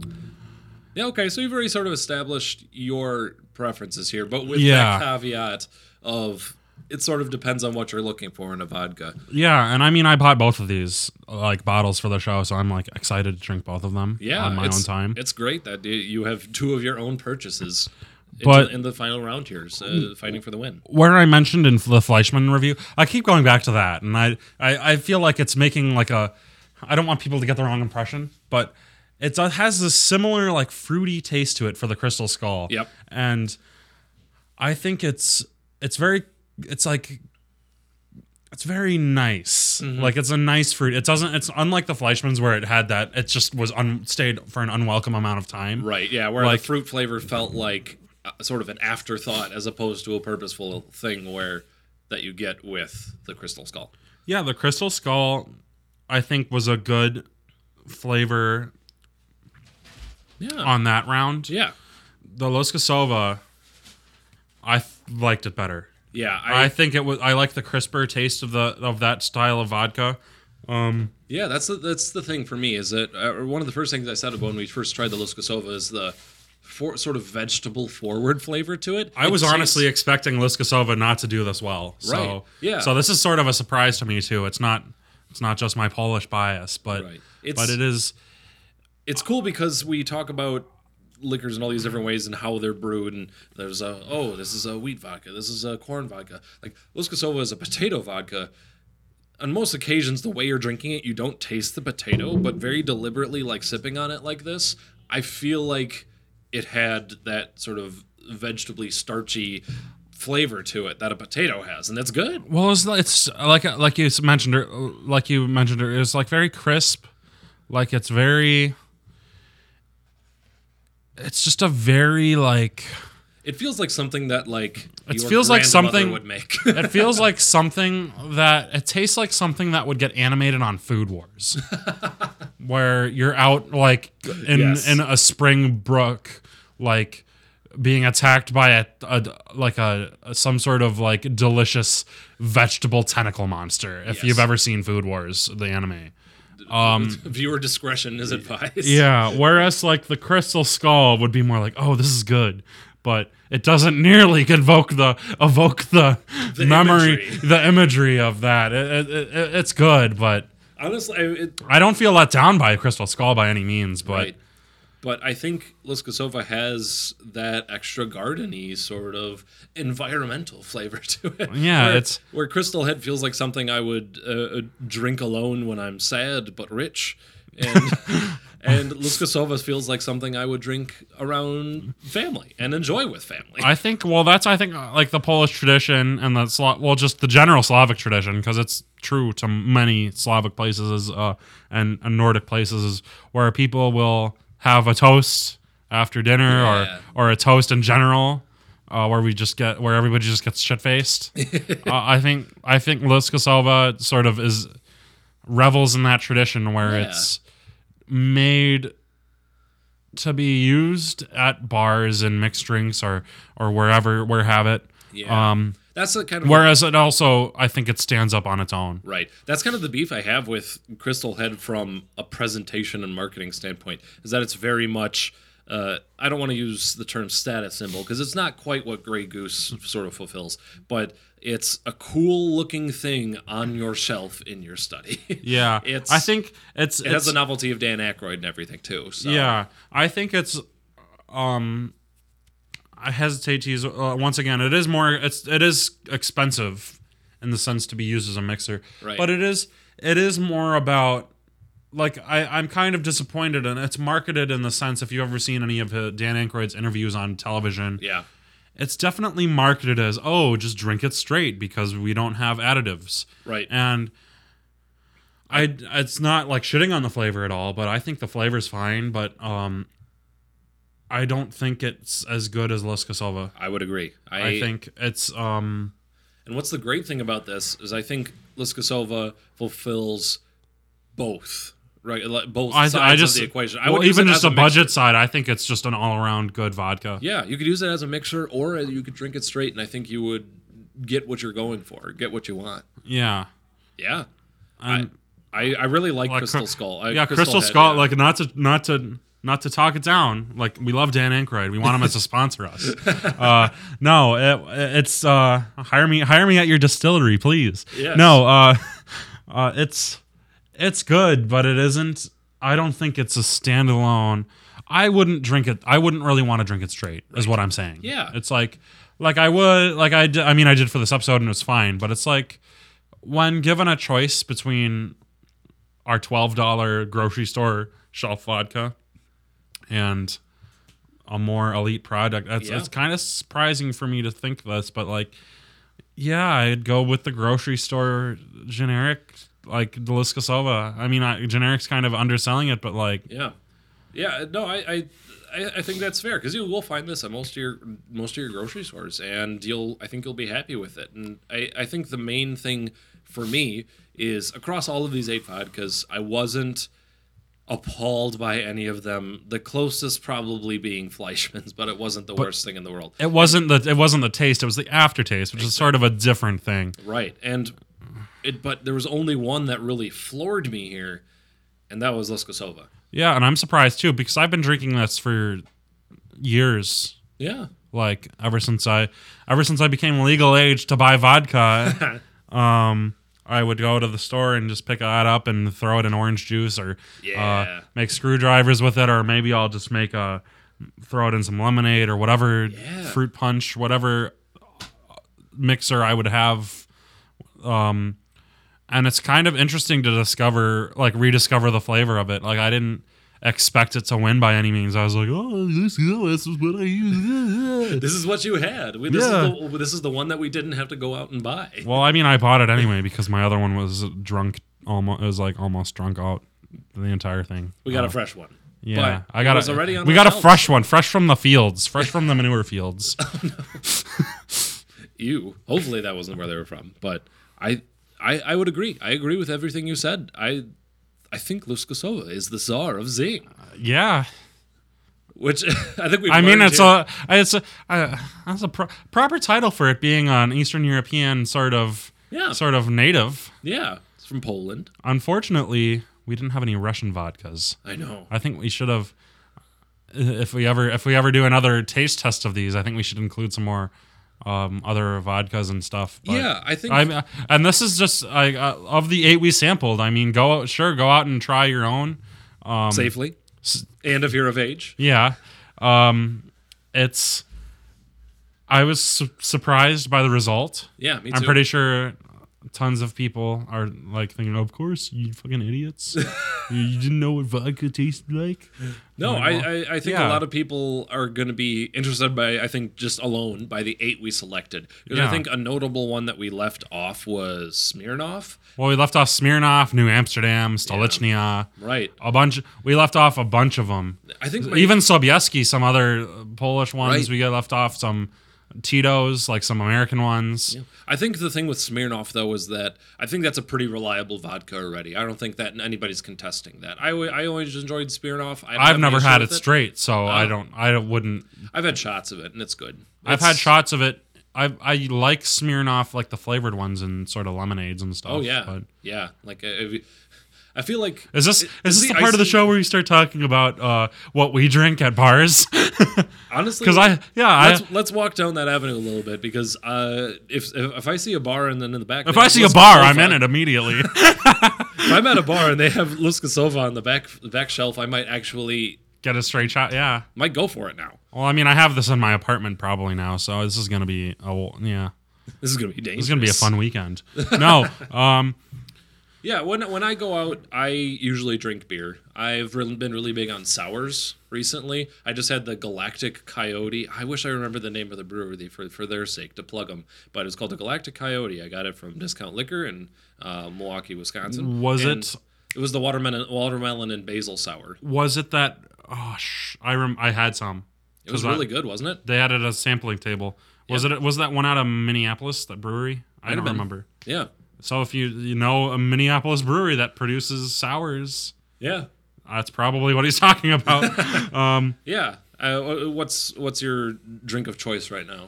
B: Yeah, okay, so you've already sort of established your preferences here, but with
C: Yeah.
B: that caveat of it sort of depends on what you're looking for in a vodka.
C: Yeah, and I mean, I bought both of these like bottles for the show, so I'm like excited to drink both of them.
B: Yeah,
C: on my
B: it's-
C: own time.
B: It's great that you- you have two of your own purchases. into-
C: But-
B: in the final round here, so, uh, fighting for the win.
C: where I mentioned in the Fleischman review, I keep going back to that, and I, I, I feel like it's making like a. I don't want people to get the wrong impression, but it's, it has this similar like fruity taste to it for the Crystal Skull.
B: Yep.
C: and I think it's it's very it's like it's very nice.
B: Mm-hmm.
C: Like it's a nice fruit. It doesn't. It's unlike the Fleischmans where it had that. It just was un, stayed for an unwelcome amount of time.
B: Right. Yeah. Where
C: Like-
B: the fruit flavor felt like uh, sort of an afterthought as opposed to a purposeful thing where that you get with the crystal skull.
C: Yeah, the Crystal Skull, I think, was a good flavor
B: Yeah.
C: on that round.
B: yeah.
C: The Los Casova, I th- liked it better.
B: Yeah. I,
C: I, think it was. I like the crisper taste of the of that style of vodka. Um,
B: yeah. That's the, that's the thing for me is that uh, one of the first things I said about when we first tried the Los Casova is the for, sort of vegetable forward flavor to it.
C: I
B: It
C: was
B: tastes-
C: honestly expecting Los Casova not to do this well. So,
B: Right, yeah.
C: So this is sort of a surprise to me too. It's not. It's not just my Polish bias, but
B: Right. It's-
C: but it is.
B: it's cool because we talk about liquors in all these different ways and how they're brewed and there's a oh this is a wheat vodka this is a corn vodka like Los Casova is a potato vodka on most occasions the way you're drinking it you don't taste the potato but very deliberately like sipping on it like this I feel like it had that sort of vegetably starchy flavor to it that a potato has and that's good
C: Well, it's, it's like like you mentioned, er- like you mentioned, er, it's like very crisp. Like it's very. It's just a very like.
B: it feels like something that like
C: It
B: your
C: feels like
B: grandmother
C: something-
B: would make [LAUGHS]
C: It feels like something that it tastes like something that would get animated on Food Wars,
B: [LAUGHS]
C: where you're out like in
B: Yes.
C: in a spring brook, like being attacked by a, a like a, some sort of like delicious vegetable tentacle monster. If
B: Yes.
C: you've ever seen Food Wars, the anime.
B: viewer discretion is advised
C: Yeah. Whereas like the crystal skull would be more like, oh, this is good, but it doesn't nearly [LAUGHS] convoke the evoke the,
B: The
C: memory,
B: imagery.
C: the imagery of that. It, it, it- it's good, but
B: honestly I- it,
C: I don't feel let down by crystal skull by any means. But
B: Right. But I think Los Casova has that extra gardeny sort of environmental flavor to it.
C: Yeah,
B: where,
C: it's-
B: where Crystal Head feels like something I would uh, uh, drink alone when I'm sad but rich, and and Los Casova feels like something I would drink around family and enjoy with family.
C: [LAUGHS] I think well, that's I think uh, like the Polish tradition and the Slo- well, just the general Slavic tradition because it's true to many Slavic places uh, and, and Nordic places is where people will have a toast after dinner
B: Yeah.
C: or or a toast in general. Uh, where we just get where everybody just gets shit faced. uh, I think I think Los Casalva sort of is revels in that tradition where
B: Yeah.
C: it's made to be used at bars and mixed drinks or or wherever where have it.
B: yeah,
C: Um,
B: that's the kind of
C: whereas it also I think it stands up on its own.
B: Right. That's kind of the beef I have with Crystal Head from a presentation and marketing standpoint is that it's very much. Uh, I don't want to use the term status symbol because it's not quite what Grey Goose sort of fulfills, but it's a cool looking thing on your shelf in your study. [LAUGHS]
C: Yeah,
B: It's-
C: I think it's
B: it has the novelty of Dan Aykroyd and everything too. So.
C: Yeah, I think it's. Um, I hesitate to use uh, once again. It is more. It's it is expensive, in the sense to be used as a mixer.
B: Right.
C: But it is it is more about like I I'm kind of disappointed, and it's marketed in the sense if you've ever seen any of uh, Dan Aykroyd's interviews on television,
B: Yeah.
C: it's definitely marketed as oh just drink it straight because we don't have additives
B: Right.
C: and i it's not like shitting on the flavor at all but i think the flavor's fine but um i don't think it's as good as los casalva
B: I would agree. I,
C: i, think it's um
B: And what's the great thing about this is I think Liskasova fulfills both. Right, like, both
C: i,
B: sides
C: I just
B: of the equation. I
C: well,
B: would use
C: even
B: it
C: just
B: as
C: the
B: a mixture.
C: budget side i think it's just an all-around good vodka
B: Yeah, you could use it as a mixer, or you could drink it straight, and I think you would get what you're going for, get what you want.
C: yeah
B: Yeah,
C: and
B: I, I really like,
C: Like,
B: Crystal
C: cr-
B: Skull. I-
C: yeah, Crystal, Skull.
B: Head, yeah.
C: Like not to not to not to talk it down. Like we love Dan Aykroyd. We want him as a sponsor
B: [LAUGHS]
C: us. Uh, no, it, it's uh, hire me hire me at your distillery, please.
B: Yes.
C: No, uh, [LAUGHS] uh, it's it's good, but it isn't. I don't think it's a standalone. I wouldn't drink it. I wouldn't really want to drink it straight. Is what I'm saying.
B: Yeah.
C: It's like, like I would, like I, di- I mean, I did for this episode and it was fine. But it's like, when given a choice between our twelve dollar grocery store shelf vodka and a more elite product, that's
B: Yeah.
C: it's kind of surprising for me to think this, but like, yeah, I'd go with the grocery store generic, like the Liskosova. I mean, I, generic's kind of underselling it, but like.
B: Yeah, yeah. No, I, I, I, I think that's fair because you will find this at most of your most of your grocery stores, and you'll I think you'll be happy with it. And I, I think the main thing for me is across all of these eight because I wasn't appalled by any of them. The closest probably being [LAUGHS] Fleischmann's, but it wasn't the worst thing in the world.
C: It wasn't the it wasn't the taste. It was the aftertaste, which is sort of a different thing.
B: Right. And it but there was only one that really floored me here, and that was Luskosova.
C: Yeah, and I'm surprised too because I've been drinking this for years,
B: Yeah.
C: like ever since I ever since I became legal age to buy vodka.
B: [LAUGHS]
C: um, I would go to the store and just pick that up and throw it in orange juice or
B: Yeah.
C: uh, make screwdrivers with it, or maybe I'll just make a throw it in some lemonade or whatever
B: Yeah.
C: fruit punch, whatever mixer I would have. Um, and it's kind of interesting to discover, like rediscover the flavor of it. Like I didn't expect it to win by any means. I was like, oh, this, this is what I use. [LAUGHS]
B: This is what you had. We, this,
C: Yeah.
B: is the, this is the one that we didn't have to go out and buy.
C: well, I mean, I bought it anyway because my other one was drunk. Almost, it was like almost drunk out the entire thing.
B: We got
C: Uh,
B: a fresh one.
C: Yeah,
B: but
C: I got
B: it was
C: a,
B: already on
C: We
B: the
C: got a
B: shelf.
C: fresh one, fresh from the fields, fresh from the
B: [LAUGHS]
C: manure fields.
B: You. Hopefully that wasn't where they were from. But I, I, I would agree. I agree with everything you said. I, I think Luskosova is the czar of zing,
C: yeah,
B: which [LAUGHS] I think we.
C: I mean it's a it's a uh, that's a pro- proper title for it being an Eastern European sort of
B: Yeah.
C: sort of native.
B: yeah. It's from Poland.
C: Unfortunately, we didn't have any Russian vodkas.
B: I know.
C: I think we should have if we ever if we ever do another taste test of these, I think we should include some more um, other vodkas and stuff. But
B: Yeah, I think-
C: I'm, and this is just I, uh, of the eight we sampled. I mean, go out, sure, go out and try your own. um,
B: Safely. And if you're of age.
C: Yeah, um, it's. I was su- surprised by the result.
B: Yeah, me too.
C: I'm pretty sure tons of people are like thinking, "Of course, you fucking
B: [LAUGHS]
C: idiots! you, you didn't know what vodka tasted like."
B: No, I, I, I think
C: Yeah.
B: a lot of people are going to be interested by, I think, just alone by the eight we selected. Because
C: Yeah.
B: I think a notable one that we left off was Smirnoff.
C: Well, we left off Smirnoff, New Amsterdam, Stolichnia,
B: Right.
C: a bunch. We left off a bunch of them.
B: I think my,
C: Even Sobieski, some other uh, Polish ones.
B: Right.
C: We got left off some Tito's, like some American ones.
B: I think the thing with Smirnoff, though, is that I think that's a pretty reliable vodka already. I don't think that anybody's contesting that. I, al- I always enjoyed Smirnoff. I don't have
C: I've
B: an
C: never
B: issue
C: had it
B: with Ah.
C: straight, so I don't. I wouldn't.
B: I've had shots of it, and it's good.
C: I've
B: It's-
C: had shots of it. I I like Smirnoff, like the flavored ones and sort of lemonades and stuff.
B: Oh, yeah.
C: But
B: Yeah. Like, uh, if you- I feel like.
C: is this is this
B: the
C: the part of the
B: icing-
C: show where you start talking about uh, what we drink
B: [LAUGHS]
C: at bars?
B: Honestly,
C: Because I yeah I,
B: let's let's walk down that avenue a little bit because uh, if, if if I see a bar and then in the back,
C: if I see a bar, I'm in
B: [LAUGHS]
C: it immediately.
B: If I'm at a bar and they have Luskasova on the back back shelf, I might actually
C: Get a straight shot. Yeah.
B: might go for it now.
C: Well, I mean, I have this in my apartment probably now, so this is gonna be a w- yeah.
B: This is gonna be dangerous.
C: It's gonna be a fun weekend. No, um,
B: Yeah, when when I go out, I usually drink beer. I've really been really big on sours recently. I just had the Galactic Coyote. I wish I remember the name of the brewery for for their sake to plug them, but it's called the Galactic Coyote. I got it from Discount Liquor in uh, Milwaukee, Wisconsin.
C: Was
B: And
C: it-
B: It was the watermelon watermelon and basil sour.
C: was it that? Oh, sh- I rem- I had some.
B: It was
C: 'Cause I-
B: really good, wasn't it?
C: They had it as a sampling table. Was it? Was that one out of Minneapolis? That brewery? I don't
B: been.
C: remember.
B: Yeah.
C: So if you you know a Minneapolis brewery that produces sours,
B: Yeah.
C: that's probably what he's [LAUGHS] talking about. um,
B: Yeah. Uh, what's what's your drink of choice right now?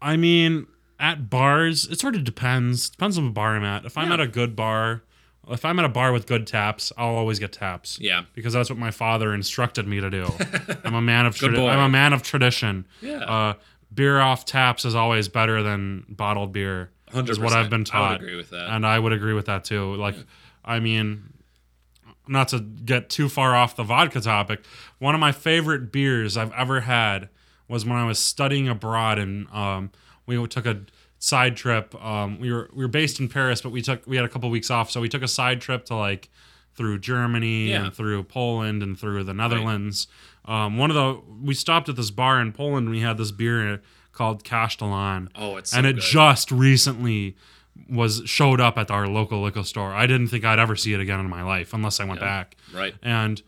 C: I mean, at bars, it sort of depends. Depends on the bar I'm at. If I'm
B: Yeah.
C: at a good bar, if I'm at a bar with good taps, I'll always get taps.
B: Yeah.
C: because that's what my father instructed me to
B: [LAUGHS]
C: do. I'm a man of tradi-
B: boy.
C: I'm a man of tradition.
B: Yeah.
C: Uh, beer off taps is always better than bottled beer. Is what
B: 100%.
C: I've been
B: I would
C: taught.
B: agree with that.
C: and I would agree with that too. Like, I mean, not to get too far off the vodka topic, one of my favorite beers I've ever had was when I was studying abroad, and um, we took a side trip. Um, we were we were based in Paris, but we took we had a couple weeks off, so we took a side trip to like through Germany
B: Yeah.
C: and through Poland and through the Netherlands. Um, one of the we stopped at this bar in Poland. and We had this beer called Castellan
B: Oh, it's so
C: and it
B: good.
C: just recently was showed up at our local liquor store. I didn't think I'd ever see it again in my life unless I went back.
B: right.
C: And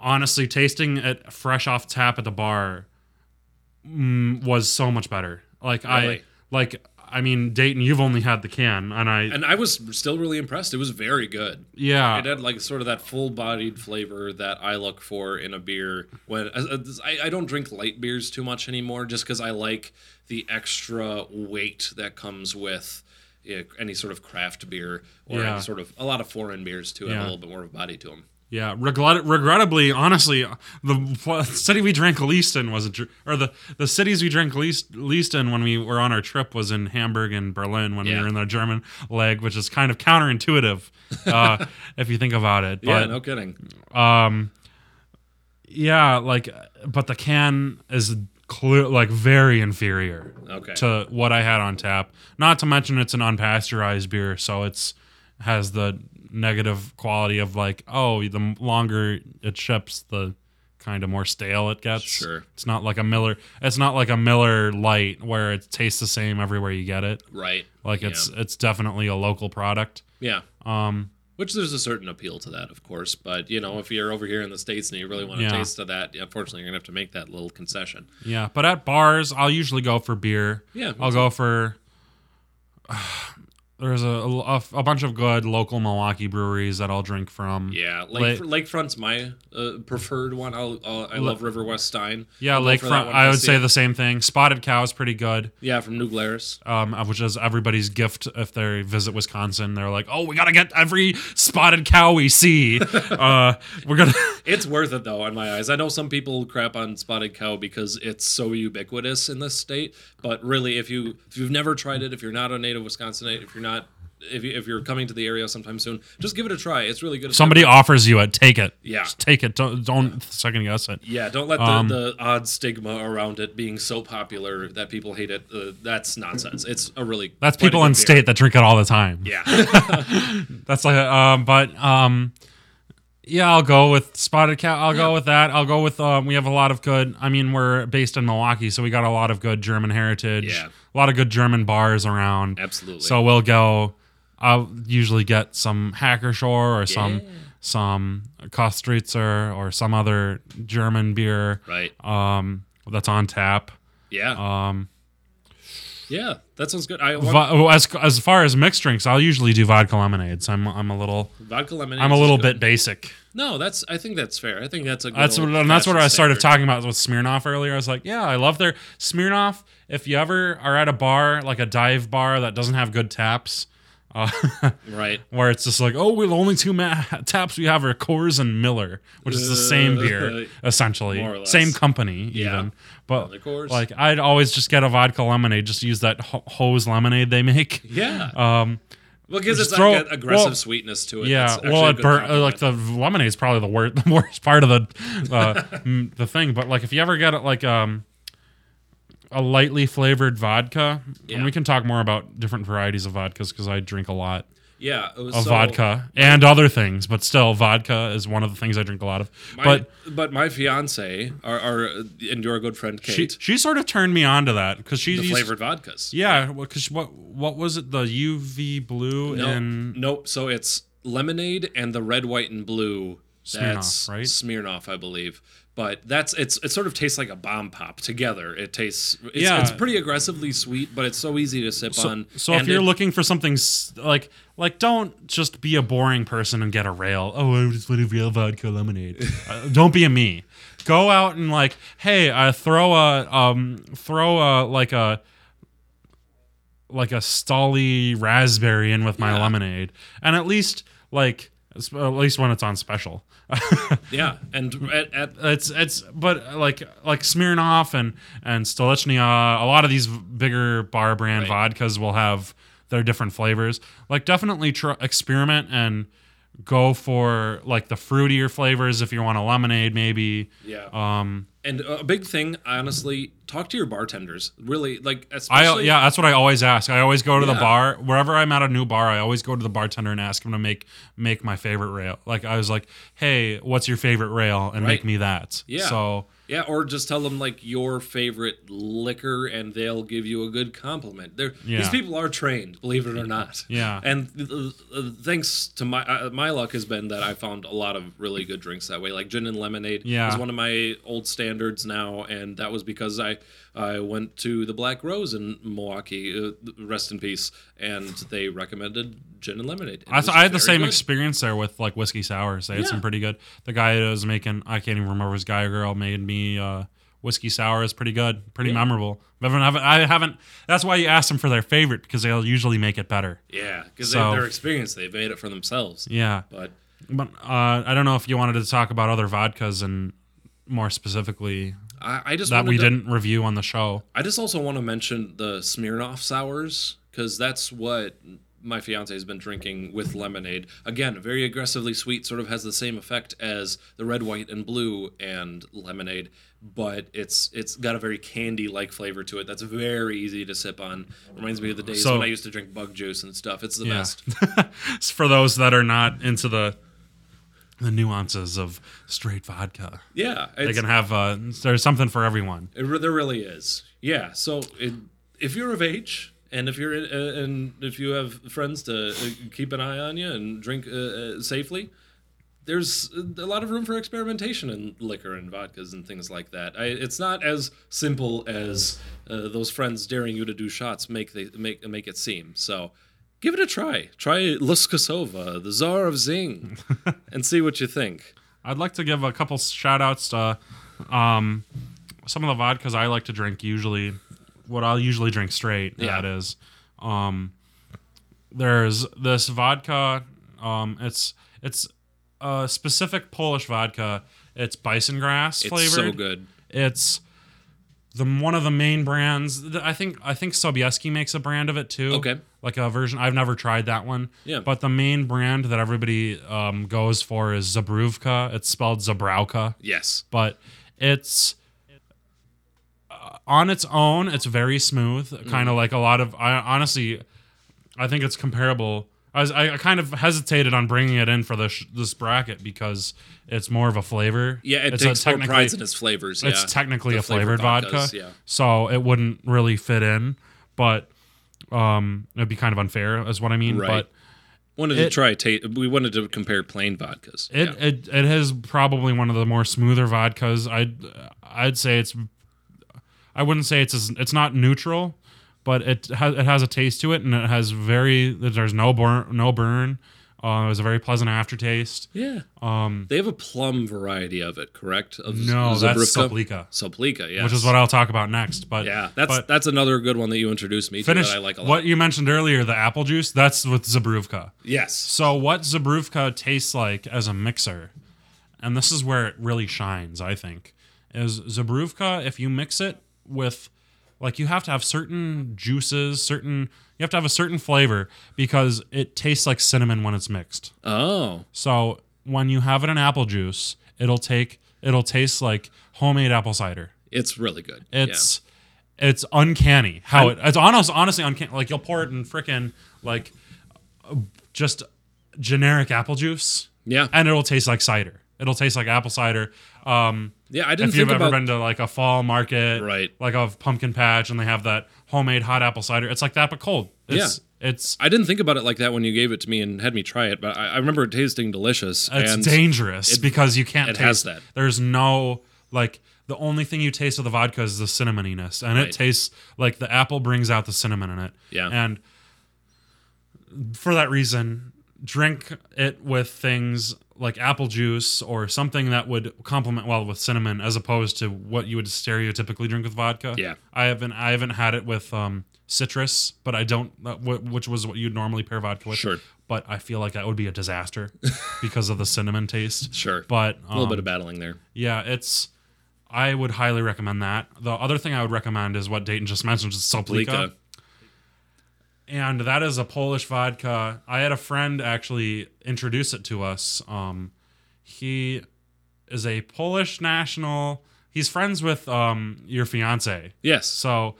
C: honestly, tasting it fresh off tap at the bar mm, was so much better. Like I
B: Really?
C: like I mean Dayton, you've only had the can, and I
B: And I was still really impressed. It was very good.
C: yeah
B: It had like sort of that full-bodied flavor that I look for in a beer. When I, I- I don't drink light beers too much anymore, just because I like the extra weight that comes with you know, any sort of craft beer or
C: Yeah.
B: any sort of a lot of foreign beers too have a
C: Yeah.
B: little bit more of a body to them.
C: Yeah, regret- regrettably, honestly, the f- city we drank least in was a, dr- or the, the cities we drank least least in when we were on our trip was in Hamburg and Berlin when we
B: Yeah.
C: were in the German leg, which is kind of counterintuitive
B: [LAUGHS]
C: uh, if you think about it. But
B: Yeah, no kidding.
C: yeah, like, but the can is clear, like very inferior
B: Okay.
C: to what I had on tap. Not to mention it's an unpasteurized beer, so it's has the negative quality of like, oh, the m- longer it ships, the kind of more stale it gets.
B: Sure.
C: It's not like a Miller. It's not like a Miller Light where it tastes the same everywhere you get it.
B: Right.
C: Like it's it's definitely a local product.
B: Yeah. Um, Which there's a certain appeal to that, of course. But you know, if you're over here in the states and you really want a
C: Yeah.
B: taste of that, unfortunately, you're gonna have to make that little concession.
C: Yeah, but at bars, I'll usually go for beer.
B: Yeah, me
C: I'll go for. [SIGHS] there's a, a a bunch of good local Milwaukee breweries that I'll drink from.
B: Yeah,
C: Lake-
B: Lake, Lakefront's my uh, preferred one. I'll, I'll, I love River West Stein.
C: Yeah,
B: I'll go for that
C: Lakefront.
B: one
C: I
B: if
C: would
B: see
C: say
B: it.
C: the same thing. Spotted Cow is pretty good,
B: Yeah, from New Glarus.
C: um, which is everybody's gift if they visit Wisconsin. They're like, oh, we gotta get every spotted cow we see. [LAUGHS] uh, we're gonna. [LAUGHS]
B: It's worth it though, in my eyes. I know some people crap on Spotted Cow because it's so ubiquitous in this state, but really, if you if you've never tried it, if you're not a native Wisconsinite, if you're not if, you, if you're coming to the area sometime soon, just give it a try. It's really good. It's
C: Somebody offers you it, take it.
B: Yeah.
C: Just take it. Don't, don't second guess it.
B: Yeah, don't let the,
C: um,
B: the odd stigma around it being so popular that people hate it. Uh, that's nonsense. It's a really
C: That's
B: quite a
C: people
B: good
C: in
B: beer.
C: state that drink it all the time.
B: Yeah,
C: [LAUGHS] That's like, um, but um, yeah, I'll go with spotted cat. I'll go with that. I'll go with um, we have a lot of good. I mean, we're based in Milwaukee, so we got a lot of good German heritage.
B: Yeah.
C: a lot of good German bars around.
B: absolutely.
C: So we'll go. I'll usually get some Hackershore or some some Kostritzer or some other German beer
B: right.
C: um, that's on tap.
B: Yeah.
C: um,
B: yeah, that sounds good. I want
C: Va- oh, as as far as mixed drinks, I'll usually do vodka lemonades. I'm I'm a little
B: vodka lemonade.
C: I'm a
B: is
C: little
B: good.
C: bit basic.
B: No, that's. I think that's fair. I think that's a. Good
C: That's what,
B: old
C: and that's what I
B: fashioned
C: started
B: standard.
C: talking about with Smirnoff earlier. I was like, yeah, I love their Smirnoff. If you ever are at a bar, like a dive bar that doesn't have good taps, uh,
B: Right.
C: where it's just like, oh, we the only two ma- [LAUGHS] taps we have are Coors and Miller, which is the same
B: [LAUGHS]
C: beer essentially,
B: Uh, More or less.
C: same company
B: Yeah.
C: even. But
B: Another Coors.
C: like, I'd always just get a vodka lemonade, just use that ho- hose lemonade they make.
B: Yeah.
C: Um,
B: well, because it's
C: just
B: like
C: throw-
B: an aggressive
C: well,
B: sweetness to it.
C: yeah,
B: That's actually
C: well,
B: a
C: it
B: good
C: bur- uh,
B: compliment.
C: like the lemonade is probably the worst, [LAUGHS] the worst part of the uh, [LAUGHS] m- the thing. But like, if you ever get it like um a lightly flavored vodka, and
B: Yeah.
C: we can talk more about different varieties of vodkas because I drink a lot
B: yeah, it was
C: of
B: so-
C: vodka and other things, but still, vodka is one of the things I drink a lot of.
B: My,
C: but
B: but but my fiance, our, our uh, and your good friend
C: she
B: Kate,
C: she sort of turned me on to that because she's
B: the flavored vodkas.
C: Yeah, because what what was it? The UV blue
B: No,
C: and
B: nope. So it's lemonade and the red, white, and blue. That's
C: Smirnoff, right?
B: Smirnoff, I believe. But that's it's it sort of tastes like a bomb pop together. It tastes it's,
C: Yeah.
B: it's pretty aggressively sweet, but it's so easy to sip on.
C: So if
B: and
C: you're
B: it-
C: looking for something s- like like don't just be a boring person and get a rail. Oh, I just want a real
B: [LAUGHS]
C: vodka lemonade. uh, don't be a me. Go out and like, hey, uh, throw a um, throw a like a like a stolly raspberry in with my
B: Yeah.
C: lemonade, and at least like s- at least when it's on special.
B: yeah, and at, at
C: it's it's but like like Smirnoff and and Stolichnia, a lot of these bigger bar brand vodkas will have their different flavors. Like definitely tr- experiment and go for like the fruitier flavors if you want a lemonade, maybe.
B: Yeah.
C: Um,
B: and a big thing, honestly, talk to your bartenders. Really, like
C: I
B: especially
C: yeah, that's what I always ask. I always go to the
B: Yeah.
C: bar wherever I'm at a new bar. I always go to the bartender and ask him to make make my favorite rail. Like I was like, hey, what's your favorite rail, and make
B: Right.
C: me that.
B: Yeah.
C: So
B: Yeah, or just tell them like your favorite liquor, and they'll give you a good compliment. They're, These
C: Yeah.
B: people are trained, believe it or not.
C: Yeah.
B: And uh, uh, thanks to my uh, my luck has been that I found a lot of really good drinks that way. Like gin and lemonade
C: Yeah.
B: is one of my old standards now, and that was because I I went to the Black Rose in Milwaukee, uh, rest in peace, and they recommended gin and lemonade. and it
C: I,
B: was
C: I had the
B: very
C: same
B: good.
C: experience there with like whiskey sours. They had
B: Yeah.
C: some pretty good. The guy that was making, I can't even remember his guy or girl, made me uh, whiskey sour. is pretty good, pretty memorable. But I haven't, I haven't. That's why you ask them for their favorite because they'll usually make it better.
B: Yeah, because
C: So-
B: they, their experience, they've made it for themselves.
C: Yeah,
B: But
C: but uh, I don't know if you wanted to talk about other vodkas and more specifically
B: I, I just
C: that
B: wanted
C: we
B: to-
C: didn't review on the show.
B: I just also want to mention the Smirnoff sours because that's what my fiance has been drinking with lemonade. Again, very aggressively sweet, sort of has the same effect as the red, white, and blue and lemonade, but it's it's got a very candy-like flavor to it. That's very easy to sip on. Reminds me of the days
C: So-
B: when I used to drink bug juice and stuff. It's the
C: Yeah.
B: best.
C: For those that are not into the the nuances of straight vodka,
B: Yeah,
C: [LAUGHS] they
B: it's-
C: can have. Uh, there's something for everyone.
B: It, re- there really is. Yeah. So it, if you're of age, and if you're in, uh, and if you have friends to uh, keep an eye on you and drink uh, uh, safely, there's a lot of room for experimentation in liquor and vodkas and things like that. I, it's not as simple as uh, those friends daring you to do shots make they make make it seem. So. Give it a try. Try Lus Kosova, the Czar of Zing, and see what you think.
C: I'd like to give a couple shout outs to um, some of the vodkas I like to drink usually. What I'll usually drink straight,
B: Yeah.
C: that is. Um, there's this vodka. Um, it's it's a specific Polish vodka. It's bison grass
B: It's so
C: flavored.
B: good.
C: It's the one of the main brands. th- I think I think Sobieski makes a brand of it too.
B: Okay.
C: like a version. I've never tried that one.
B: Yeah.
C: but the main brand that everybody um, goes for is Zabruvka. It's spelled Zabrowka,
B: Yes.
C: but it's. uh, On its own, it's very smooth,
B: Mm-hmm.
C: kind of like a lot of. I honestly, I think it's comparable. I, was, I, I kind of hesitated on bringing it in for this this bracket because it's more of a flavor.
B: Yeah, it
C: it's a
B: takes more
C: technically-
B: pride in its flavors. Yeah.
C: it's technically
B: The
C: a flavored,
B: flavored
C: vodka,
B: vodkas, yeah.
C: so it wouldn't really fit in. But um, it'd be kind of unfair, is what I mean.
B: Right.
C: But
B: wanted to try ta- we wanted to compare plain vodkas
C: it,
B: yeah.
C: it it is probably one of the more smoother vodkas. I'd I'd say it's I wouldn't say it's as, it's not neutral, but it has it has a taste to it, and it has very there's no burn no burn. Uh, it was a very pleasant aftertaste.
B: yeah they have a plum variety of it correct of
C: um, No, that's
B: Zabrivka?
C: Soplika.
B: Soplika, yes.
C: Which is what I'll talk about next, but
B: yeah that's
C: but
B: that's another good one that you introduced me
C: finish
B: to that i like a lot
C: what you mentioned earlier, the apple juice. That's with Zabruvka.
B: yes
C: So what Zabruvka tastes like as a mixer, and this is where it really shines, I think, is Zabruvka, if you mix it with like you have to have certain juices, certain you have to have a certain flavor because it tastes like cinnamon when it's mixed.
B: oh
C: So when you have it in apple juice, it'll take it'll taste like homemade apple cider.
B: it's really good
C: It's it's uncanny how it it's honest honestly uncanny. Like you'll pour it in frickin' like uh, just generic apple juice,
B: yeah yeah,
C: and it'll taste like cider. It'll taste like apple cider. Um,
B: yeah i didn't
C: if you've
B: think
C: ever
B: about
C: been to like a fall market,
B: Right.
C: like a pumpkin patch, and they have that homemade hot apple cider, it's like that but cold. It's, it's
B: i didn't think about it like that when you gave it to me and had me try it but i, I remember it tasting delicious
C: it's
B: and
C: dangerous because you can't
B: it
C: taste
B: has that.
C: There's no like the only thing you taste of the vodka is the cinnamoniness, and
B: Right.
C: it tastes like the apple brings out the cinnamon in it.
B: Yeah.
C: and for that reason, drink it with things like apple juice or something that would complement well with cinnamon, as opposed to what you would stereotypically drink with vodka.
B: Yeah.
C: I haven't I haven't had it with um, citrus, but I don't uh, wh- which was what you'd normally pair vodka with.
B: Sure.
C: But I feel like that would be
B: [LAUGHS]
C: a disaster because of the cinnamon taste.
B: sure
C: But
B: a little bit
C: um,
B: of battling there
C: yeah, it's. I would highly recommend that. The other thing I would recommend is what Dayton just mentioned, which is Soplika.
B: Blika.
C: and that is a Polish vodka. I had a friend actually introduce it to us. Um, he is a Polish national. He's friends with um, your fiance.
B: Yes.
C: So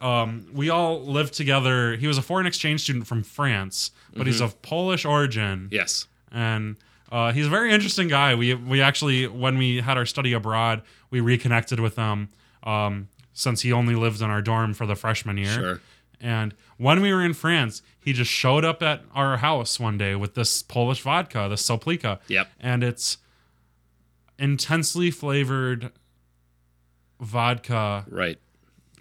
C: um, we all lived together. He was a foreign exchange student from France, but he's
B: Mm-hmm.
C: of Polish origin
B: yes.
C: and uh, he's a very interesting guy. We we actually when we had our study abroad, we reconnected with him um, since he only lived in our dorm for the freshman year.
B: Sure.
C: And when we were in France, he just showed up at our house one day with this Polish vodka, this Soplika.
B: Yep.
C: And it's intensely flavored vodka,
B: Right.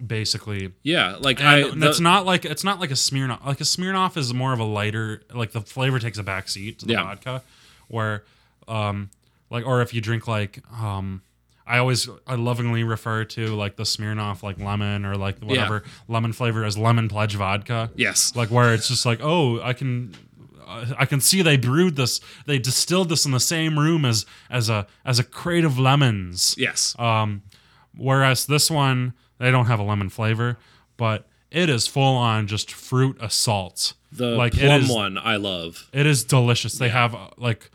C: basically.
B: Yeah. Like I.
C: And that's not like it's not like a Smirnoff. Like a Smirnoff is more of a lighter. Like the flavor takes a backseat to the
B: Yeah.
C: vodka, where, um, like or if you drink like um, I always I lovingly refer to like the Smirnoff like lemon or like whatever lemon flavor as lemon pledge vodka.
B: Yes.
C: Like where it's just like oh I can. I I can see they brewed this. They distilled this in the same room as as a as a crate of lemons.
B: yes.
C: Um, whereas this one, they don't have a lemon flavor, but it is full on just fruit assault.
B: the
C: like it
B: plum
C: is,
B: one I love.
C: it is delicious. They have uh, like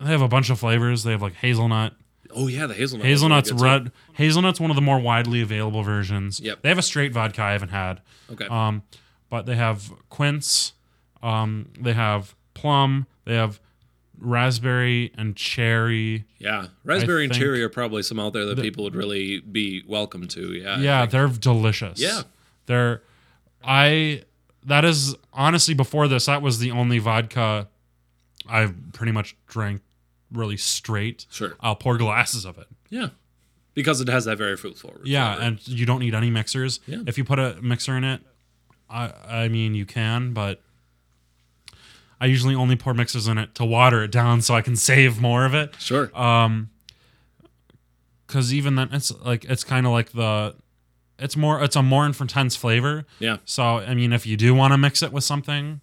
C: they have a bunch of flavors. They have like hazelnut.
B: Oh yeah, the hazelnut. one's really
C: Hazelnut's
B: good, too.
C: red. Hazelnut's one of the more widely available versions.
B: Yep.
C: They have a straight vodka I haven't had.
B: Okay.
C: Um, but they have quince. Um, they have plum. They have raspberry and cherry.
B: yeah, raspberry and
C: think-
B: cherry are probably some out there that people would really be welcome to. Yeah. I
C: yeah
B: think.
C: they're delicious
B: Yeah.
C: they're i that is honestly before this that was the only vodka i pretty much drank really straight
B: Sure.
C: i'll pour glasses of it
B: Yeah. Because it has that very fruit forward.
C: yeah
B: flavor.
C: and you don't need any mixers
B: Yeah.
C: if you put a mixer in it i i mean you can but i usually only pour mixers in it to water it down so i can save more of it
B: sure.
C: because even then it's like it's kind of like the it's more it's a more intense flavor
B: yeah.
C: So I mean, if you do want to mix it with something,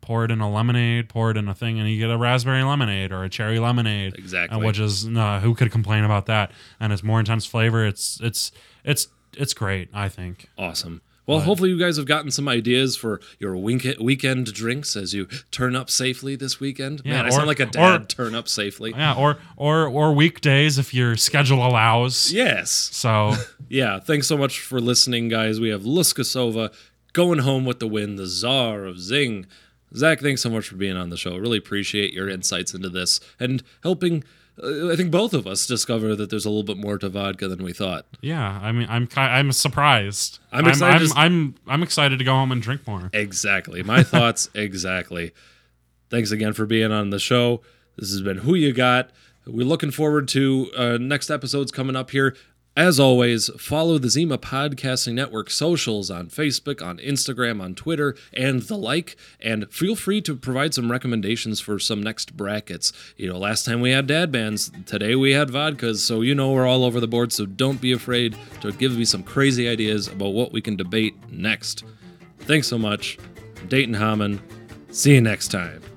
C: pour it in a lemonade, pour it in a thing, and you get a raspberry lemonade or a cherry lemonade. uh,
B: Exactly.
C: which is nah, who could complain about that? And it's more intense flavor. It's it's it's it's great. I think.
B: Awesome. Well, hopefully you guys have gotten some ideas for your wink- weekend drinks as you turn up safely this weekend.
C: Yeah,
B: Man, I
C: or-
B: sound like a
C: or-
B: dad. turn up safely.
C: Yeah. Or or or weekdays if your schedule allows.
B: Yes.
C: So
B: Yeah, thanks so much for listening, guys. We have Luskasova going home with the win, the czar of Zing. Zach, thanks so much for being on the show. Really appreciate your insights into this and helping, uh, I think, both of us discover that there's a little bit more to vodka than we thought.
C: yeah, I mean, I'm ki- I'm surprised.
B: I'm excited
C: I'm,
B: to-
C: I'm, I'm I'm excited to go home and drink more.
B: [LAUGHS] Exactly. My thoughts, exactly. Thanks again for being on the show. This has been Who You Got. We're looking forward to uh, next episodes coming up here. As always, follow the Zima Podcasting Network socials on Facebook, on Instagram, on Twitter, and the like. And feel free to provide some recommendations for some next brackets. You know, last time we had dad bands, today we had vodkas, so you know we're all over the board, so don't be afraid to give me some crazy ideas about what we can debate next. Thanks so much. I'm Dayton Hammond. See you next time.